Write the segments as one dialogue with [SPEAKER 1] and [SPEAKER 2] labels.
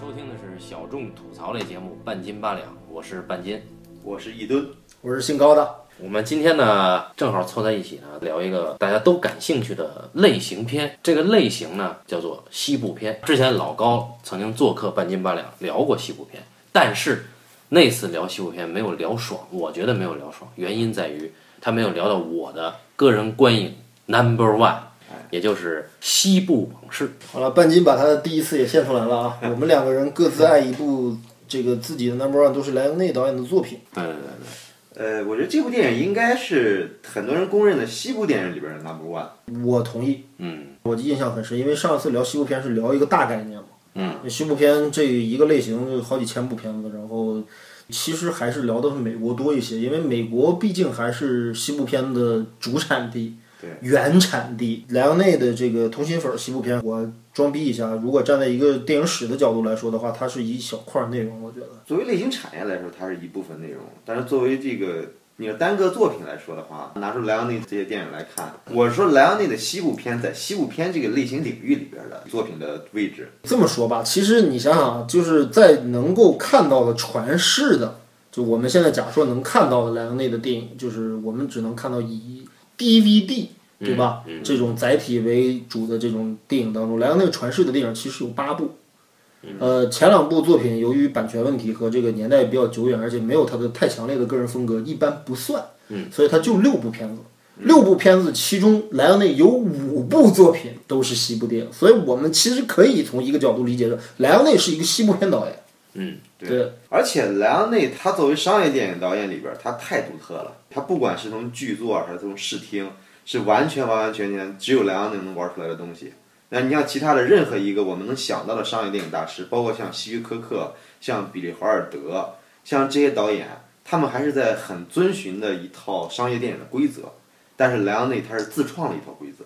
[SPEAKER 1] 收听的是小众吐槽类节目《半斤八两》，我是半斤。
[SPEAKER 2] 我是一吨，
[SPEAKER 3] 我是姓高的，
[SPEAKER 1] 我们今天呢，正好凑在一起呢，聊一个大家都感兴趣的类型片。这个类型呢，叫做西部片。之前老高曾经做客《半斤八两》，聊过西部片，但是那次聊西部片没有聊爽，我觉得没有聊爽，原因在于他没有聊到我的个人观影 number one，也
[SPEAKER 2] 哎
[SPEAKER 1] 就是《西部往事》。
[SPEAKER 3] 好了，半斤把他的第一次也献出来了啊！我们两个人各自爱一部这个自己的 number one 都是莱昂内导演的作品，
[SPEAKER 1] 嗯对对对对，
[SPEAKER 2] 呃，我觉得这部电影应该是很多人公认的西部电影里边的 number one。
[SPEAKER 3] 我同意，
[SPEAKER 1] 嗯，
[SPEAKER 3] 我印象很深，因为上一次聊西部片是聊一个大概念嘛，
[SPEAKER 1] 嗯，
[SPEAKER 3] 西部片这一个类型就好几千部片子，然后其实还是聊的美国多一些，因为美国毕竟还是西部片的主产地。
[SPEAKER 2] 对
[SPEAKER 3] 原产地莱昂内的这个同心粉儿西部片，我装逼一下，如果站在一个电影史的角度来说的话，它是一小块儿内容，我觉得。
[SPEAKER 2] 作为类型产业来说，它是一部分内容，但是作为这个你要单个作品来说的话，拿出莱昂内这些电影来看，我说莱昂内的西部片在西部片这个类型领域里边的作品的位置，
[SPEAKER 3] 这么说吧，其实你想想啊，就是在能够看到的传世的，就我们现在假说能看到的莱昂内的电影，就是我们只能看到以 DVD 对吧、
[SPEAKER 1] 嗯
[SPEAKER 3] 这种载体为主的这种电影当中，莱昂内传世的电影其实有八部。
[SPEAKER 1] 嗯
[SPEAKER 3] 呃，前两部作品由于版权问题和这个年代比较久远，而且没有他的太强烈的个人风格，一般不算。嗯，所以他就六部片子，六部片子，其中莱昂内有五部作品都是西部电影，所以我们其实可以从一个角度理解的，莱昂内是一个西部片导演。
[SPEAKER 1] 嗯，
[SPEAKER 3] 对，
[SPEAKER 2] 而且莱昂内他作为商业电影导演里边，他太独特了，他不管是从剧作还是从视听，是完全完完全全只有莱昂内能玩出来的东西。那你像其他的任何一个我们能想到的商业电影大师，包括像希区柯克、像比利华尔德、像这些导演，他们还是在很遵循的一套商业电影的规则，但是莱昂内他是自创了一套规则。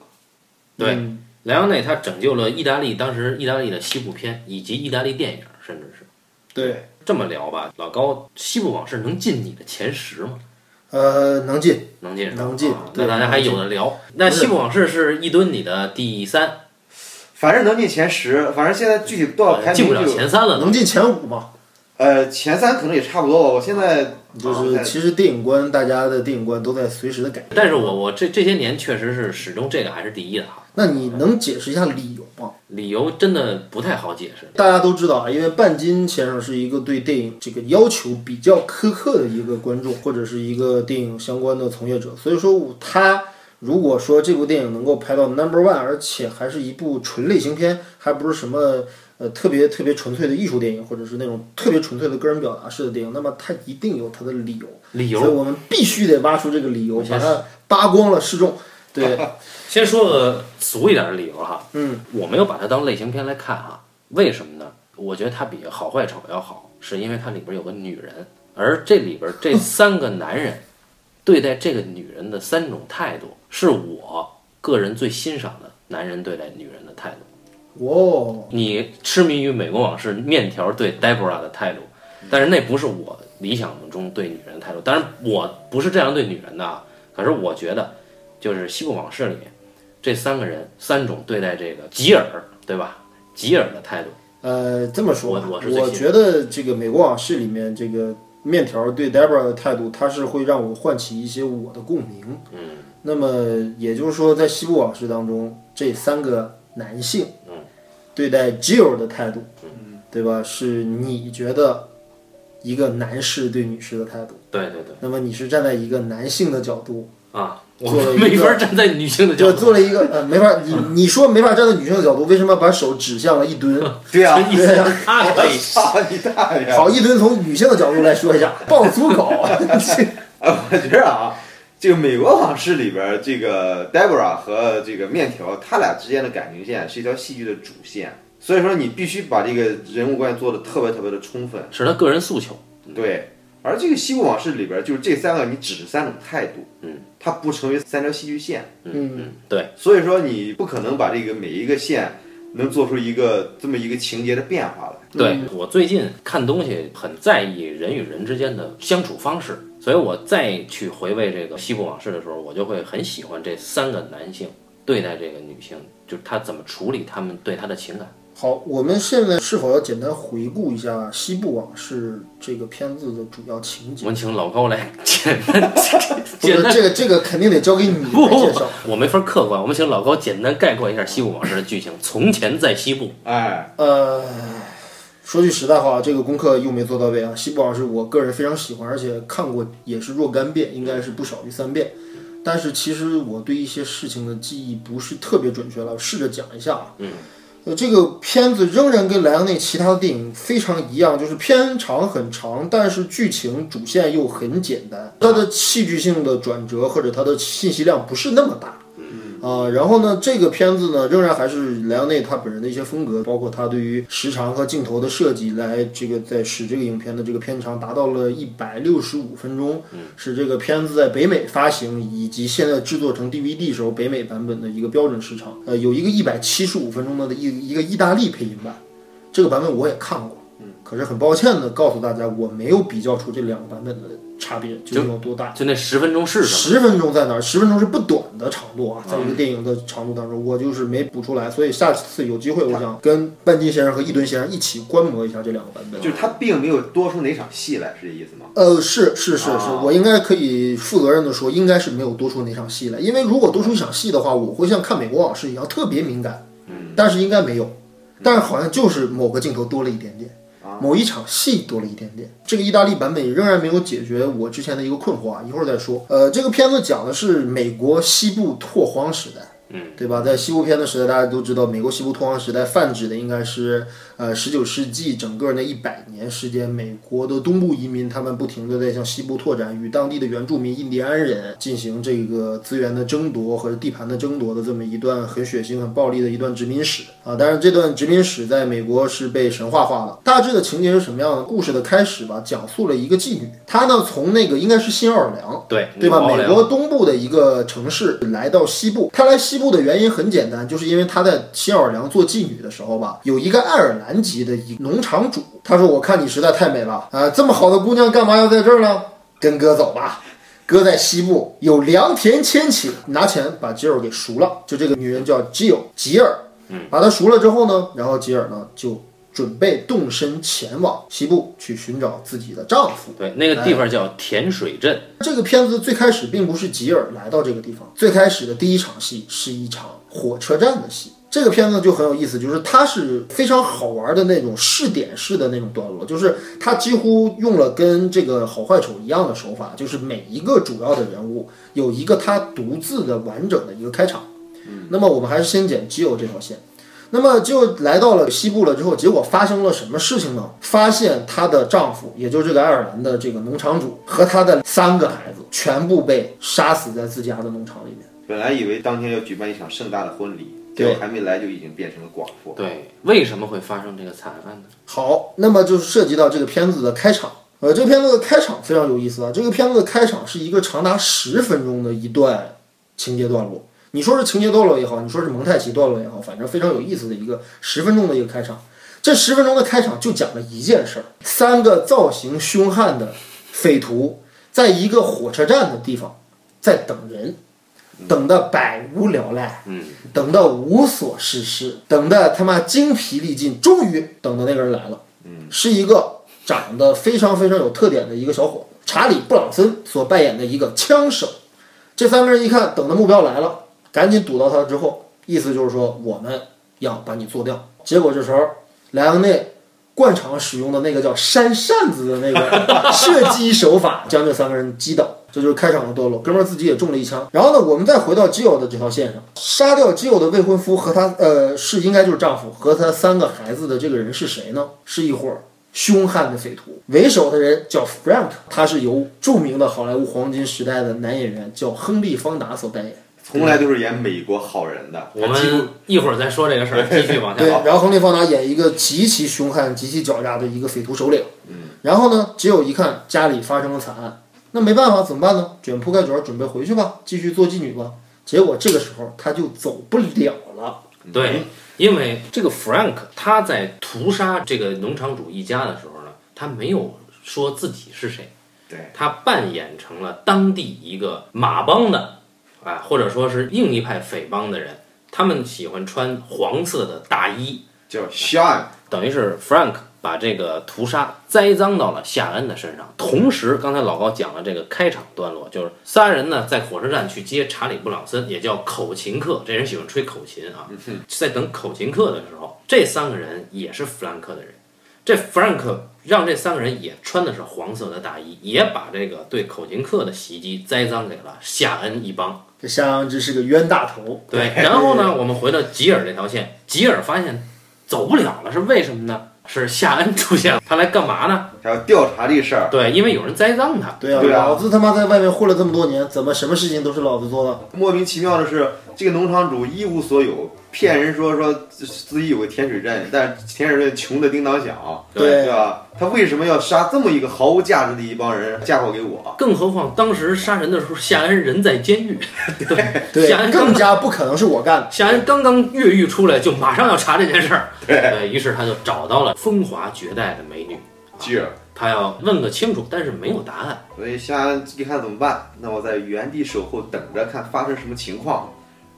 [SPEAKER 1] 对
[SPEAKER 3] 嗯
[SPEAKER 1] 莱昂内他拯救了意大利当时意大利的西部片以及意大利电影，甚至是
[SPEAKER 3] 对，
[SPEAKER 1] 这么聊吧，老高，《西部往事》能进你的前十吗？
[SPEAKER 3] 呃，能进，
[SPEAKER 1] 能进是吧，
[SPEAKER 3] 能进
[SPEAKER 1] 啊
[SPEAKER 3] 对
[SPEAKER 1] 那大家还有的聊。那《西部往事》是一吨你的第三，
[SPEAKER 2] 反正能进前十，反正现在具体多少排
[SPEAKER 1] 呃进
[SPEAKER 2] 名
[SPEAKER 1] 不了
[SPEAKER 2] 就
[SPEAKER 1] 前三了都。
[SPEAKER 3] 能进前五嘛？
[SPEAKER 2] 呃前三可能也差不多吧。我现在
[SPEAKER 3] 就
[SPEAKER 2] 啊我现
[SPEAKER 3] 是
[SPEAKER 2] 在
[SPEAKER 3] 其实电影观，大家的电影观都在随时的改变。
[SPEAKER 1] 但是我我这这些年确实是始终这个还是第一的哈，
[SPEAKER 3] 那你能解释一下理由吗？
[SPEAKER 1] 理由真的不太好解释。
[SPEAKER 3] 大家都知道啊，因为半斤先生是一个对电影这个要求比较苛刻的一个观众，或者是一个电影相关的从业者，所以说我他如果说这部电影能够排到 number one，而且还是一部纯类型片，还不是什么呃特别特别纯粹的艺术电影，或者是那种特别纯粹的个人表达式的电影，那么它一定有它的理由，
[SPEAKER 1] 理
[SPEAKER 3] 所以
[SPEAKER 1] 由
[SPEAKER 3] 我们必须得挖出这个理由，
[SPEAKER 1] 我先
[SPEAKER 3] 把它扒光了示众。对，
[SPEAKER 1] 先说个俗一点的理由哈，
[SPEAKER 3] 嗯，
[SPEAKER 1] 我没有把它当类型片来看哈，为什么呢？我觉得它比《好坏丑》要好，是因为它里边有个女人，而这里边这三个男人对待这个女人的三种态度，是我个人最欣赏的男人对待女人的态度。
[SPEAKER 3] 哇哦，
[SPEAKER 1] 你痴迷于《美国往事》面条对 Deborah 的态度，但是那不是我理想中对女人的态度。当然，我不是这样对女人的啊。可是我觉得，就是《西部往事》里面这三个人三种对待这个吉尔，对吧？吉尔的态度，
[SPEAKER 3] 呃，这么说吧，
[SPEAKER 1] 我我
[SPEAKER 3] 我
[SPEAKER 1] 是最信
[SPEAKER 3] 觉得这个《美国往事》里面这个面条对 Debra 的态度，它是会让我唤起一些我的共鸣。嗯，那么也就是说，在《西部往事》当中，这三个男性，嗯，对待 Jill 的态度，嗯，对吧？是你觉得一个男士对女士的态度，
[SPEAKER 1] 对对对，
[SPEAKER 3] 那么你是站在一个男性的角度，
[SPEAKER 1] 啊，我
[SPEAKER 3] 做了
[SPEAKER 1] 没
[SPEAKER 3] 一个
[SPEAKER 1] 法站在女性的角
[SPEAKER 3] 就
[SPEAKER 1] 度，
[SPEAKER 3] 做了一个呃，没法，你你说没法站在女性的角度，为什么要把手指向了一吨？
[SPEAKER 2] 对啊，
[SPEAKER 1] 意思是他可以。
[SPEAKER 2] 操你大
[SPEAKER 1] 哎
[SPEAKER 2] 爷！
[SPEAKER 3] 好，一吨从女性的角度来说一 下，爆粗口。
[SPEAKER 1] 嗯
[SPEAKER 2] 啊，我觉得啊，这个《美国往事》里边儿这个 Deborah 和这个面条，他俩之间的感情线是一条戏剧的主线，所以说你必须把这个人物关系做的特别特别的充分。
[SPEAKER 1] 是他个人诉求，
[SPEAKER 2] 对，而这个《西部往事》里边儿，就是这三个你只是三种态度，
[SPEAKER 1] 嗯，
[SPEAKER 2] 它不成为三条戏剧线，
[SPEAKER 3] 嗯，
[SPEAKER 1] 嗯，对，
[SPEAKER 2] 所以说你不可能把这个每一个线能做出一个这么一个情节的变化来。
[SPEAKER 1] 对我最近看东西很在意人与人之间的相处方式，所以我再去回味这个《西部往事》的时候，我就会很喜欢这三个男性对待这个女性，就是他怎么处理他们对他的情感。
[SPEAKER 3] 好，我们现在是否要简单回顾一下《西部往事》这个片子的主要情
[SPEAKER 1] 我
[SPEAKER 3] 节？
[SPEAKER 1] 们请老高来简单
[SPEAKER 3] 不是
[SPEAKER 1] 简单，
[SPEAKER 3] 这个，这个肯定得交给你
[SPEAKER 1] 不
[SPEAKER 3] 来
[SPEAKER 1] 不
[SPEAKER 3] 介
[SPEAKER 1] 不
[SPEAKER 3] 绍。，
[SPEAKER 1] 我没法客观，我们请老高简单概括一下《西部往事》的剧情。从前在西部，
[SPEAKER 2] 哎，
[SPEAKER 3] 呃，说句实在话，这个功课又没做到位啊。《西部往事》我个人非常喜欢，而且看过也是若干遍，应该是不少于三遍。但是其实我对一些事情的记忆不是特别准确了，我试着讲一下啊。嗯。呃，这个片子仍然跟莱昂内其他的电影非常一样，就是片长很长，但是剧情主线又很简单，它的戏剧性的转折或者它的信息量不是那么大。啊、然后呢，这个片子呢，仍然还是莱昂内他本人的一些风格，包括他对于时长和镜头的设计，来这个在使这个影片的这个片长达到了一百六十五分钟，是这个片子在北美发行以及现在制作成 DVD 时候北美版本的一个标准时长。呃，有一个一百七十五分钟的一一个意大利配音版，这个版本我也看过，可是很抱歉的告诉大家，我没有比较出这两个版本的差别究竟有多大。
[SPEAKER 1] 就那十分钟是什么？
[SPEAKER 3] 十分钟在哪儿？十分钟是不短的长度啊，在一个电影的长度当中，我就是没补出来，所以下次有机会，我想跟半斤先生和一吨先生一起观摩一下这两个版本。啊
[SPEAKER 2] 就是他并没有多出哪场戏来，是这意思吗？
[SPEAKER 3] 呃，是是是是
[SPEAKER 2] 啊，
[SPEAKER 3] 我应该可以负责任的说，应该是没有多出哪场戏来，因为如果多出一场戏的话，我会像看美国往事一样特别敏感，
[SPEAKER 2] 嗯
[SPEAKER 3] 但是应该没有，但是好像就是某个镜头多了一点点，
[SPEAKER 2] 啊
[SPEAKER 3] 某一场戏多了一点点。这个意大利版本仍然没有解决我之前的一个困惑啊，一会儿再说。呃，这个片子讲的是美国西部拓荒时代。对吧？在西部片的时代，大家都知道，美国西部拓荒时代泛指的应该是呃十九世纪整个那一百年时间，美国的东部移民他们不停的在向西部拓展，与当地的原住民印第安人进行这个资源的争夺和地盘的争夺的这么一段很血腥、很暴力的一段殖民史啊。当然，这段殖民史在美国是被神话化了。大致的情节是什么样的？故事的开始吧，讲述了一个妓女，她呢从那个应该是新奥尔良。
[SPEAKER 1] 对
[SPEAKER 3] 对吧？
[SPEAKER 1] 老高
[SPEAKER 3] 美
[SPEAKER 1] 来
[SPEAKER 3] 国东部的一个城市来到西部，他来西部的原因很简单，就是因为他在新奥尔良做妓女的时候吧，有一个爱尔兰籍的一农场主，他说：“我看你实在太美了啊、这么好的姑娘干嘛要在这儿呢？跟哥走吧。”哥在西部有良田千顷，拿钱把吉尔给赎了。就这个女人叫吉尔，吉尔，把她赎了之后呢，然后吉尔呢就准备动身前往西部去寻找自己的丈夫。
[SPEAKER 1] 对那个地方叫甜水镇，
[SPEAKER 3] 这个片子最开始并不是吉尔来到这个地方，最开始的第一场戏是一场火车站的戏。这个片子就很有意思，就是它是非常好玩的那种试点式的那种段落，就是它几乎用了跟这个好坏丑一样的手法，就是每一个主要的人物有一个他独自的完整的一个开场。那么我们还是先剪基友这条线。那么就来到了西部了之后，结果发生了什么事情呢？发现她的丈夫，也就是这个爱尔兰的这个农场主和她的三个孩子全部被杀死在自家的农场里面。
[SPEAKER 2] 本来以为当天要举办一场盛大的婚礼，
[SPEAKER 3] 对
[SPEAKER 2] 结果还没来就已经变成了寡妇。
[SPEAKER 1] 对，为什么会发生这个惨案呢？
[SPEAKER 3] 好，那么就是涉及到这个片子的开场。呃，这个片子的开场非常有意思啊。这个片子的开场是一个长达十分钟的一段情节段落。你说是情节段落也好，你说是蒙太奇段落也好，反正非常有意思的一个十分钟的一个开场。这十分钟的开场就讲了一件事儿：三个造型凶悍的匪徒在一个火车站的地方在等人，等的百无聊赖。等到无所事事，等的他妈精疲力尽，终于等到那个人来了，嗯，是一个长得非常非常有特点的一个小伙子，查理·布朗森所扮演的一个枪手。这三个人一看，等的目标来了，赶紧堵到他之后，意思就是说我们要把你做掉。结果这时候，莱昂内惯常使用的那个叫扇扇子的那个射击手法，将这三个人击倒。这就是开场的段落，哥们儿自己也中了一枪。然后呢，我们再回到基友的这条线上，杀掉基友的未婚夫和他呃是应该就是丈夫和他三个孩子的这个人是谁呢？是一伙儿凶悍的匪徒，为首的人叫 Frank，他是由著名的好莱坞黄金时代的男演员叫亨利·方达所扮演。
[SPEAKER 2] 从来都是演美国好人的，
[SPEAKER 1] 我
[SPEAKER 2] 他几乎
[SPEAKER 1] 们一会儿再说这个事儿，继续 往下
[SPEAKER 3] 对，
[SPEAKER 1] 聊。
[SPEAKER 3] 然后亨利·方达演一个极其凶悍、极其狡诈的一个匪徒首领。嗯，然后呢，只有一看家里发生了惨案，那没办法，怎么办呢？卷铺盖卷儿，准备回去吧，继续做妓女吧。结果这个时候他就走不了了。
[SPEAKER 1] 对，因为这个 Frank 他在屠杀这个农场主一家的时候呢，他没有说自己是谁，
[SPEAKER 2] 对
[SPEAKER 1] 他扮演成了当地一个马帮的，啊，或者说是另一派匪帮的人，他们喜欢穿黄色的大衣，
[SPEAKER 2] 叫 Sean，
[SPEAKER 1] 等于是 Frank 把这个屠杀栽赃到了夏恩的身上。同时，刚才老高讲了这个开场段落，就是三人呢在火车站去接查理·布朗森，也叫口琴客，这人喜欢吹口琴啊。在等口琴客的时候，这三个人也是弗兰克的人。这 Frank 让这三个人也穿的是黄色的大衣，也把这个对口琴客的袭击栽赃给了夏恩一帮。
[SPEAKER 3] 这夏恩真是个冤大头。
[SPEAKER 1] 对，然后呢，我们回到吉尔这条线，吉尔发现走不了了，是为什么呢？是夏恩出现了，他来干嘛呢？
[SPEAKER 2] 还要调查这事儿。
[SPEAKER 1] 对，因为有人栽赃他。
[SPEAKER 3] 对啊，
[SPEAKER 2] 对啊
[SPEAKER 3] 老子他妈在外面混了这么多年，怎么什么事情都是老子做的？
[SPEAKER 2] 莫名其妙的是，这个农场主一无所有，骗人说说自自己有个甜水镇，但甜水镇穷的叮当响，对
[SPEAKER 3] 对，
[SPEAKER 2] 吧？他为什么要杀这么一个毫无价值的一帮人嫁祸给我？
[SPEAKER 1] 更何况当时杀人的时候，夏恩人在监狱，对，夏恩
[SPEAKER 3] 对，
[SPEAKER 1] 刚
[SPEAKER 3] 更加不可能是我干的。
[SPEAKER 1] 夏恩刚刚越狱出来，就马上要查这件事儿。 对，于是他就找到了风华绝代的美女，
[SPEAKER 2] 吉尔，
[SPEAKER 1] 他要问个清楚，但是没有答案。
[SPEAKER 2] 所以夏安一哎看怎么办？那我在原地守候，等着看发生什么情况。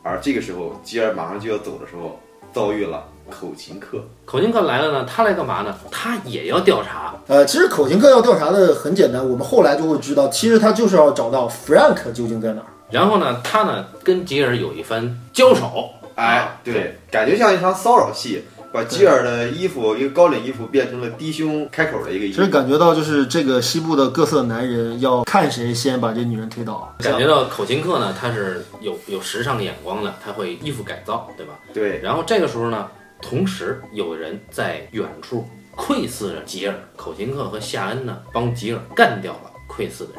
[SPEAKER 2] 而这个时候，吉尔马上就要走的时候，遭遇了口琴客。
[SPEAKER 1] 口琴客来了呢，他来干嘛呢？他也要调查，
[SPEAKER 3] 呃，其实口琴课要调查的很简单，我们后来就会知道，其实他就是要找到 Frank 究竟在哪儿。
[SPEAKER 1] 然后呢，他呢跟吉尔有一番交手。
[SPEAKER 2] 哎
[SPEAKER 1] 啊，
[SPEAKER 2] 对，感觉像一场骚扰戏，把吉尔的衣服，一个高领衣服变成了低胸开口的一个衣
[SPEAKER 3] 其
[SPEAKER 2] 服
[SPEAKER 3] 实。感觉到就是这个西部的各色男人要看谁先把这女人推倒。
[SPEAKER 1] 感觉到口琴客呢，他是有有时尚眼光的，他会衣服改造，对吧？
[SPEAKER 2] 对，
[SPEAKER 1] 然后这个时候呢，同时有人在远处窥视着吉尔，口琴客和夏恩呢帮吉尔干掉了窥视的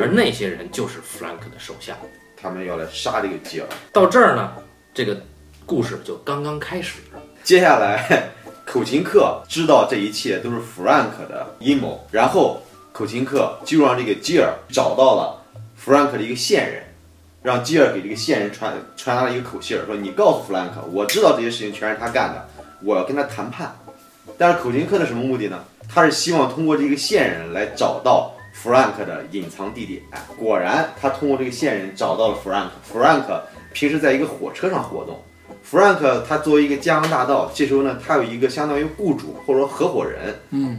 [SPEAKER 1] 人，而那些人就是弗兰克的手下。
[SPEAKER 2] 他们要来杀这个吉尔。
[SPEAKER 1] 到这儿呢，这个故事就刚刚开始。
[SPEAKER 2] 接下来， 口琴客知道这一切都是 Frank 的阴谋，然后口琴客就让这个吉尔找到了 Frank 的一个线人，让吉尔给这个线人传传达了一个口信儿，说你告诉 Frank，我知道这些事情全是他干的，我要跟他谈判。但是口琴客的什么目的呢？他是希望通过这个线人来找到 Frank 的隐藏地点。果然，他通过这个线人找到了 Frank。Frank 平时在一个火车上活动。Frank 他作为一个江洋大盗，这时候呢，他有一个相当于雇主或者说合伙人，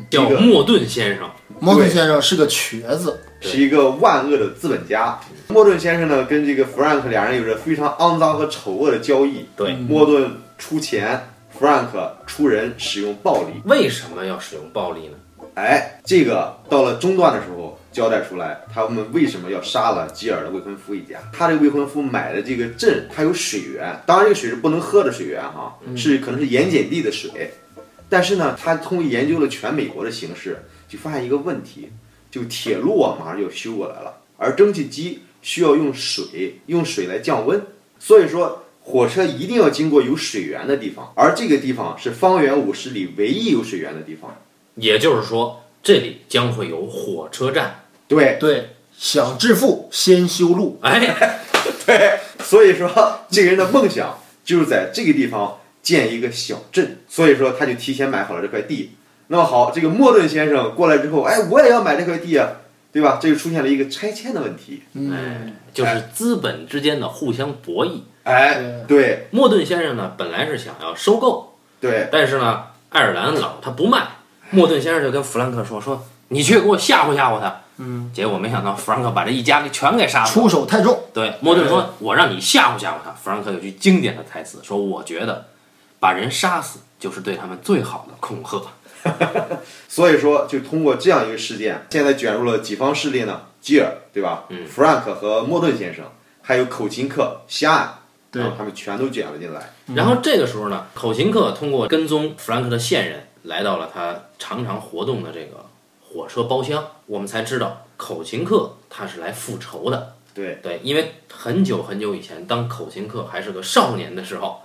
[SPEAKER 1] 叫
[SPEAKER 2] 一个
[SPEAKER 1] 莫顿先生，
[SPEAKER 3] 摩根先生是个瘸子，
[SPEAKER 1] 对
[SPEAKER 2] 是一个万恶的资本家。莫顿先生呢，跟这个 Frank 两人有着非常肮脏和丑恶的交易。
[SPEAKER 1] 对
[SPEAKER 2] 莫顿出钱，Frank 出人使用暴力。
[SPEAKER 1] 为什么要使用暴力呢？
[SPEAKER 2] 哎，这个到了中段的时候交代出来，他们为什么要杀了吉尔的未婚夫一家？他这个未婚夫买的这个镇，它有水源，当然这个水是不能喝的水源哈，是可能是盐碱地的水。但是呢，他通过研究了全美国的形势，就发现一个问题，就铁路啊马上就要修过来了，而蒸汽机需要用水，用水来降温，所以说火车一定要经过有水源的地方，而这个地方是方圆五十里唯一有水源的地方。
[SPEAKER 1] 也就是说，这里将会有火车站。
[SPEAKER 2] 对，
[SPEAKER 3] 对，想致富先修路。
[SPEAKER 1] 哎，
[SPEAKER 2] 所以说，这个人的梦想就是在这个地方建一个小镇。所以说，他就提前买好了这块地。那么好，这个莫顿先生过来之后，哎，我也要买这块地啊，对吧？这就出现了一个拆迁的问题。
[SPEAKER 1] 哎，就是资本之间的互相博弈。
[SPEAKER 2] 哎，对
[SPEAKER 1] 莫顿先生呢，本来是想要收购，
[SPEAKER 2] 对，
[SPEAKER 1] 但是呢，爱尔兰佬他不卖。莫顿先生就跟弗兰克说：“说你去给我吓唬吓唬他。”嗯，结果没想到弗兰克把这一家给全给杀了。
[SPEAKER 3] 出手太重，
[SPEAKER 1] 对，莫顿说：“我让你吓唬吓唬他。”弗兰克有句经典的台词说：“我觉得把人杀死就是对他们最好的恐吓。
[SPEAKER 2] 所以说就通过这样一个事件，现在卷入了几方势力呢？吉尔，对吧？嗯，Frank 和莫顿先生，还有口琴客夏岸，
[SPEAKER 3] 对
[SPEAKER 2] 然后他们全都卷了进来。”
[SPEAKER 1] 嗯然后这个时候呢，口琴客通过跟踪弗兰克的线人，来到了他常常活动的这个火车包厢。我们才知道，口琴客他是来复仇的。
[SPEAKER 2] 对，
[SPEAKER 1] 对，因为很久很久以前，当口琴客还是个少年的时候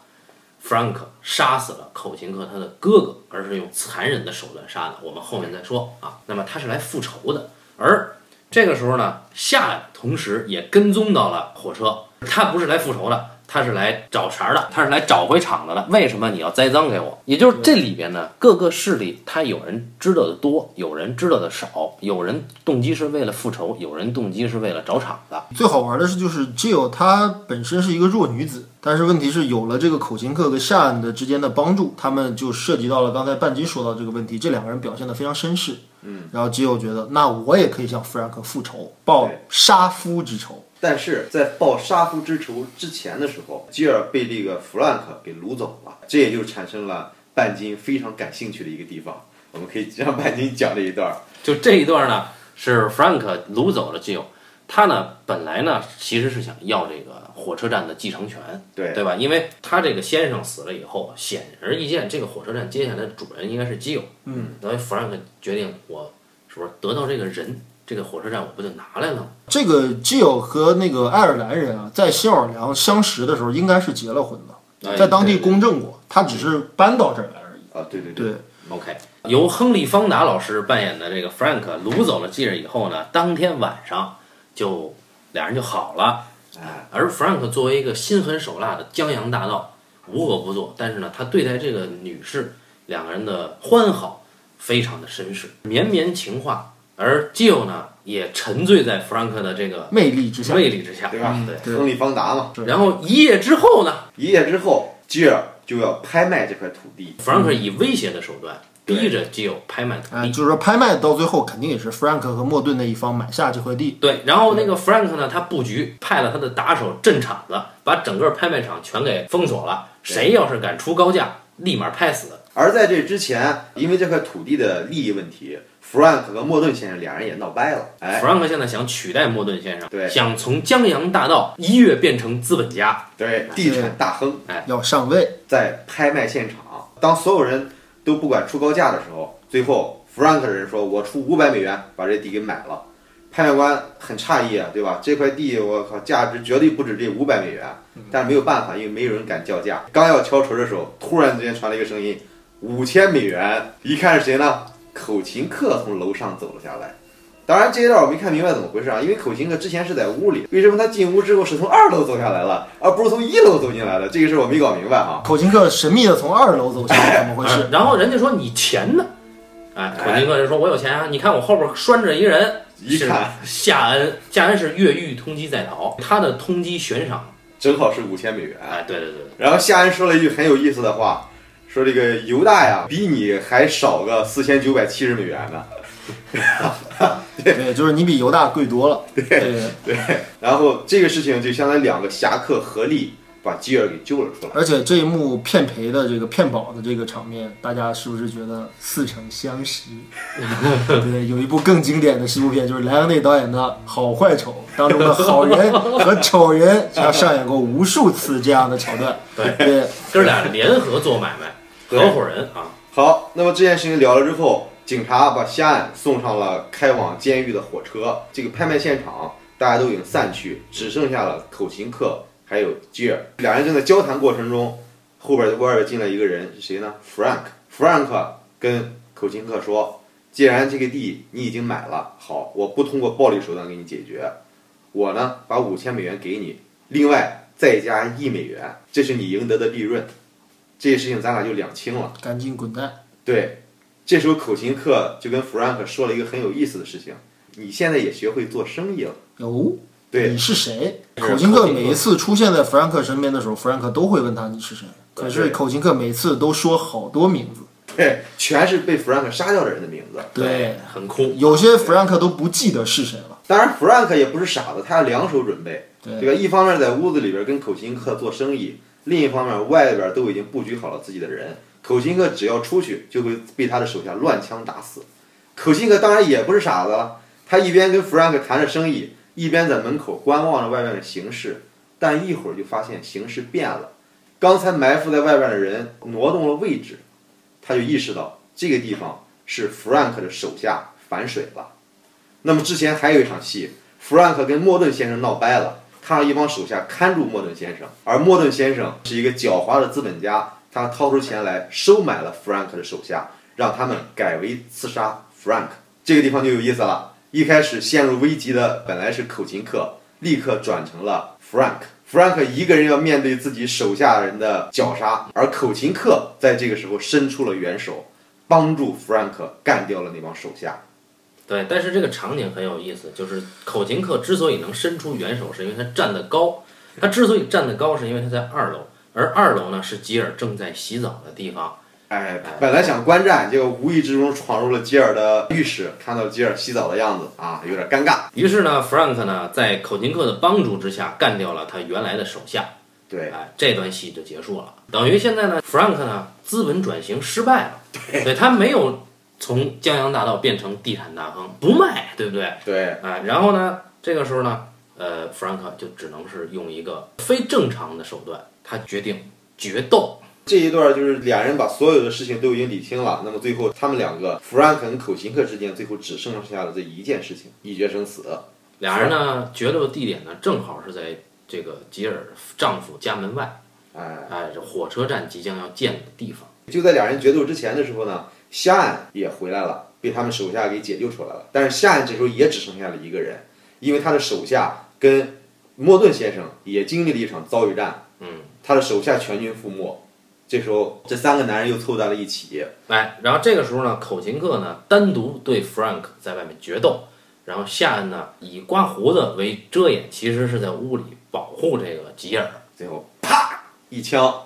[SPEAKER 1] ，Frank 杀死了口琴客他的哥哥，而是用残忍的手段杀的。我们后面再说啊。那么他是来复仇的，而这个时候呢，夏同时也跟踪到了火车，他不是来复仇的，他是来找茬儿的，他是来找回场子的。为什么你要栽赃给我？也就是这里边呢，各个势力他有人知道的多，有人知道的少，有人动机是为了复仇，有人动机是为了找场子。
[SPEAKER 3] 最好玩的是，就是 Jill 她本身是一个弱女子，但是问题是有了这个口琴课跟夏恩的之间的帮助，他们就涉及到了刚才半斤说到这个问题，这两个人表现得非常绅士。嗯，然后 Jill 觉得，那我也可以向 Frank 复仇，报杀夫之仇。
[SPEAKER 2] 但是在报杀夫之仇之前的时候，吉尔被这个弗兰克给掳走了，这也就产生了半斤非常感兴趣的一个地方。我们可以让半斤讲这一段儿。
[SPEAKER 1] 就这一段呢，是 Frank 掳走了 Jill，他呢本来呢其实是想要这个火车站的继承权，
[SPEAKER 2] 对
[SPEAKER 1] 对吧？因为他这个先生死了以后，显而易见，这个火车站接下来的主人应该是基友。嗯，所以弗兰克决定，我是不是得到这个人，这个火车站我不就拿来了吗？
[SPEAKER 3] 这个 Jill 和那个爱尔兰人啊，在新奥尔良相识的时候，应该是结了婚
[SPEAKER 1] 哎
[SPEAKER 3] 的，在当地
[SPEAKER 1] 对
[SPEAKER 3] 公证过，他只是搬到这儿来而已。
[SPEAKER 2] 啊，对对
[SPEAKER 3] 对，
[SPEAKER 1] OK，由亨利·方达老师扮演的这个 Frank 掳走了继任以后呢，当天晚上就俩人就好了。
[SPEAKER 2] 哎，
[SPEAKER 1] 而 Frank 作为一个心狠手辣的江洋大盗，无恶不作，但是呢，他对待这个女士，两个人的欢好非常的绅士，绵绵情话。而 Jill 呢，也沉醉在 Frank 的这个
[SPEAKER 3] 魅力之下，
[SPEAKER 1] 魅力之下，
[SPEAKER 2] 对吧
[SPEAKER 1] 对。
[SPEAKER 3] 对
[SPEAKER 2] 亨利方达嘛，
[SPEAKER 3] 对
[SPEAKER 1] 然后一夜之后呢，
[SPEAKER 2] 一夜之后，吉尔就要拍卖这块土地。
[SPEAKER 1] Frank 以威胁的手段
[SPEAKER 2] 嗯对啊
[SPEAKER 1] 逼着 Jill 拍卖土
[SPEAKER 3] 哎，
[SPEAKER 1] 地。
[SPEAKER 3] 就是说拍卖到最后肯定也是 Frank 和莫顿那一方买下这块地。
[SPEAKER 1] 对，然
[SPEAKER 2] 嗯
[SPEAKER 1] 后那个 Frank 呢，他布局派了他的打手镇场子，把整个拍卖场全给封锁了。谁要是敢出高价，立马拍死。
[SPEAKER 2] 而在这之前，因为这块土地的利益问题，Frank 和莫顿先生俩人也闹掰了。哎，
[SPEAKER 1] 弗兰克现在想取代莫顿先生，
[SPEAKER 2] 对
[SPEAKER 1] 想从江洋大盗一跃变成资本家。
[SPEAKER 2] 对，地产大亨
[SPEAKER 3] 要上位，
[SPEAKER 2] 在拍卖现场，当所有人都不敢出高价的时候，最后 Frank 人说：“我出五百美元把这地给买了。”拍卖官很诧异啊，对吧？这块地我靠，价值绝对不止这五百美元，但是没有办法，因为没有人敢叫价。刚要敲锤的时候，突然之间传来一个声音：“五千美元！”一看是谁呢？口琴课从楼上走了下来。当然，这一段我没看明白怎么回事啊，因为口琴课之前是在屋里，为什么他进屋之后是从二楼走下来了，而不是从一楼走进来的？这个事我没搞明白哈、
[SPEAKER 3] 口琴客神秘的从二楼走下来，怎么回事？
[SPEAKER 1] 啊然后人家说你钱呢？哎，
[SPEAKER 2] 哎
[SPEAKER 1] 口琴哥就说我有钱啊，你看我后边拴着一人，
[SPEAKER 2] 一看
[SPEAKER 1] 是夏恩，夏恩是越狱通缉在逃，他的通缉悬赏。
[SPEAKER 2] 正好是五千美元。
[SPEAKER 1] 哎，对对对，
[SPEAKER 2] 然后夏恩说了一句很有意思的话，说这个犹大呀，比你还少个四千九百七十美元呢。
[SPEAKER 3] 对，就是你比犹大贵多了。对，
[SPEAKER 2] 然后这个事情就相当于两个侠客合力把基尔给救了出来。
[SPEAKER 3] 而且这一幕骗赔的这个骗保的这个场面，大家是不是觉得似曾相识？ 对，有一部更经典的西部片，就是莱昂内导演的《好坏丑》当中的好人和丑人，他上演过无数次这样的桥段。
[SPEAKER 1] 对
[SPEAKER 3] 对，
[SPEAKER 1] 哥俩联合做买卖，
[SPEAKER 2] 对
[SPEAKER 1] 合伙人啊。
[SPEAKER 2] 好，那么这件事情聊了之后，警察把夏恩送上了开往监狱的火车。这个拍卖现场大家都已经散去，只剩下了口琴课还有吉尔。俩人正在交谈过程中，后边外边进来一个人是谁呢？Frank。Frank 跟口琴课说：“既然这个地你已经买了，好，我不通过暴力手段给你解决，我呢把五千美元给你，另外再加一美元，这是你赢得的利润。这些事情咱俩就两清了。”
[SPEAKER 3] 赶紧滚蛋！
[SPEAKER 2] 对，这时候口琴课就跟 Frank 说了一个很有意思的事情：你现在也学会做生意了。
[SPEAKER 3] 哦，
[SPEAKER 2] 对
[SPEAKER 3] 你是谁？
[SPEAKER 2] 是
[SPEAKER 3] 口琴客
[SPEAKER 1] 口琴客
[SPEAKER 3] 每一次出现在弗兰克身边的时候，弗兰克都会问他你是谁。可是
[SPEAKER 2] 对
[SPEAKER 3] 口琴客每次都说好多名字，
[SPEAKER 2] 对，全是被 Frank 杀掉的人的名字。
[SPEAKER 3] 对，
[SPEAKER 1] 很酷。
[SPEAKER 3] 有些弗兰克都不记得是谁了。
[SPEAKER 2] 当然，Frank 也不是傻子，他要两手准备，
[SPEAKER 3] 对
[SPEAKER 2] 对吧？一方面在屋子里边跟口琴课做生意，另一方面外边都已经布局好了自己的人。口琴课只要出去，就会被他的手下乱枪打死。口琴课当然也不是傻子了，他一边跟 Frank 谈着生意，一边在门口观望着外面的形势。但一会儿就发现形势变了，刚才埋伏在外边的人挪动了位置，他就意识到这个地方是 Frank 的手下反水了。那么之前还有一场戏，Frank 跟莫顿先生闹掰了，他让一帮手下看住莫顿先生，而莫顿先生是一个狡猾的资本家，他掏出钱来收买了 Frank 的手下，让他们改为刺杀 Frank。这个地方就有意思了，一开始陷入危机的本来是口琴课，立刻转成了 Frank。 Frank 一个人要面对自己手下人的绞杀，而口琴克在这个时候伸出了援手，帮助 Frank 干掉了那帮手下。
[SPEAKER 1] 对，但是这个场景很有意思，就是口琴克之所以能伸出援手，是因为他站得高。他之所以站得高，是因为他在二楼，而二楼呢是吉尔正在洗澡的地方。
[SPEAKER 2] 哎，本来想观战，结果无意之中闯入了吉尔的浴室，看到吉尔洗澡的样子啊，有点尴尬。
[SPEAKER 1] 于是呢，Frank 呢在口琴克的帮助之下干掉了他原来的手下。
[SPEAKER 2] 对，
[SPEAKER 1] 哎，这段戏就结束了。等于现在呢，Frank 呢资本转型失败了，对他没有从江洋大盗变成地产大亨，不卖，对不对？
[SPEAKER 2] 对，
[SPEAKER 1] 哎，然后呢，这个时候呢，呃，Frank 就只能是用一个非正常的手段，他决定决斗。
[SPEAKER 2] 这一段就是俩人把所有的事情都已经理清了，那么最后他们两个弗兰肯、口琴克之间，最后只剩下了这一件事情，一决生死。
[SPEAKER 1] 俩人呢决斗的地点呢，正好是在这个吉尔丈夫家门外，
[SPEAKER 2] 哎，
[SPEAKER 1] 哎，这火车站即将要建的地方。
[SPEAKER 2] 就在俩人决斗之前的时候呢，夏岸也回来了，被他们手下给解救出来了。但是夏岸这时候也只剩下了一个人，因为他的手下跟莫顿先生也经历了一场遭遇战，
[SPEAKER 1] 嗯，
[SPEAKER 2] 他的手下全军覆没。这时候，这三个男人又凑在了一起，
[SPEAKER 1] 哎，然后这个时候呢，口琴克呢单独对 Frank 在外面决斗，然后夏恩呢以刮胡子为遮掩，其实是在屋里保护这个吉尔。
[SPEAKER 2] 最后啪一枪，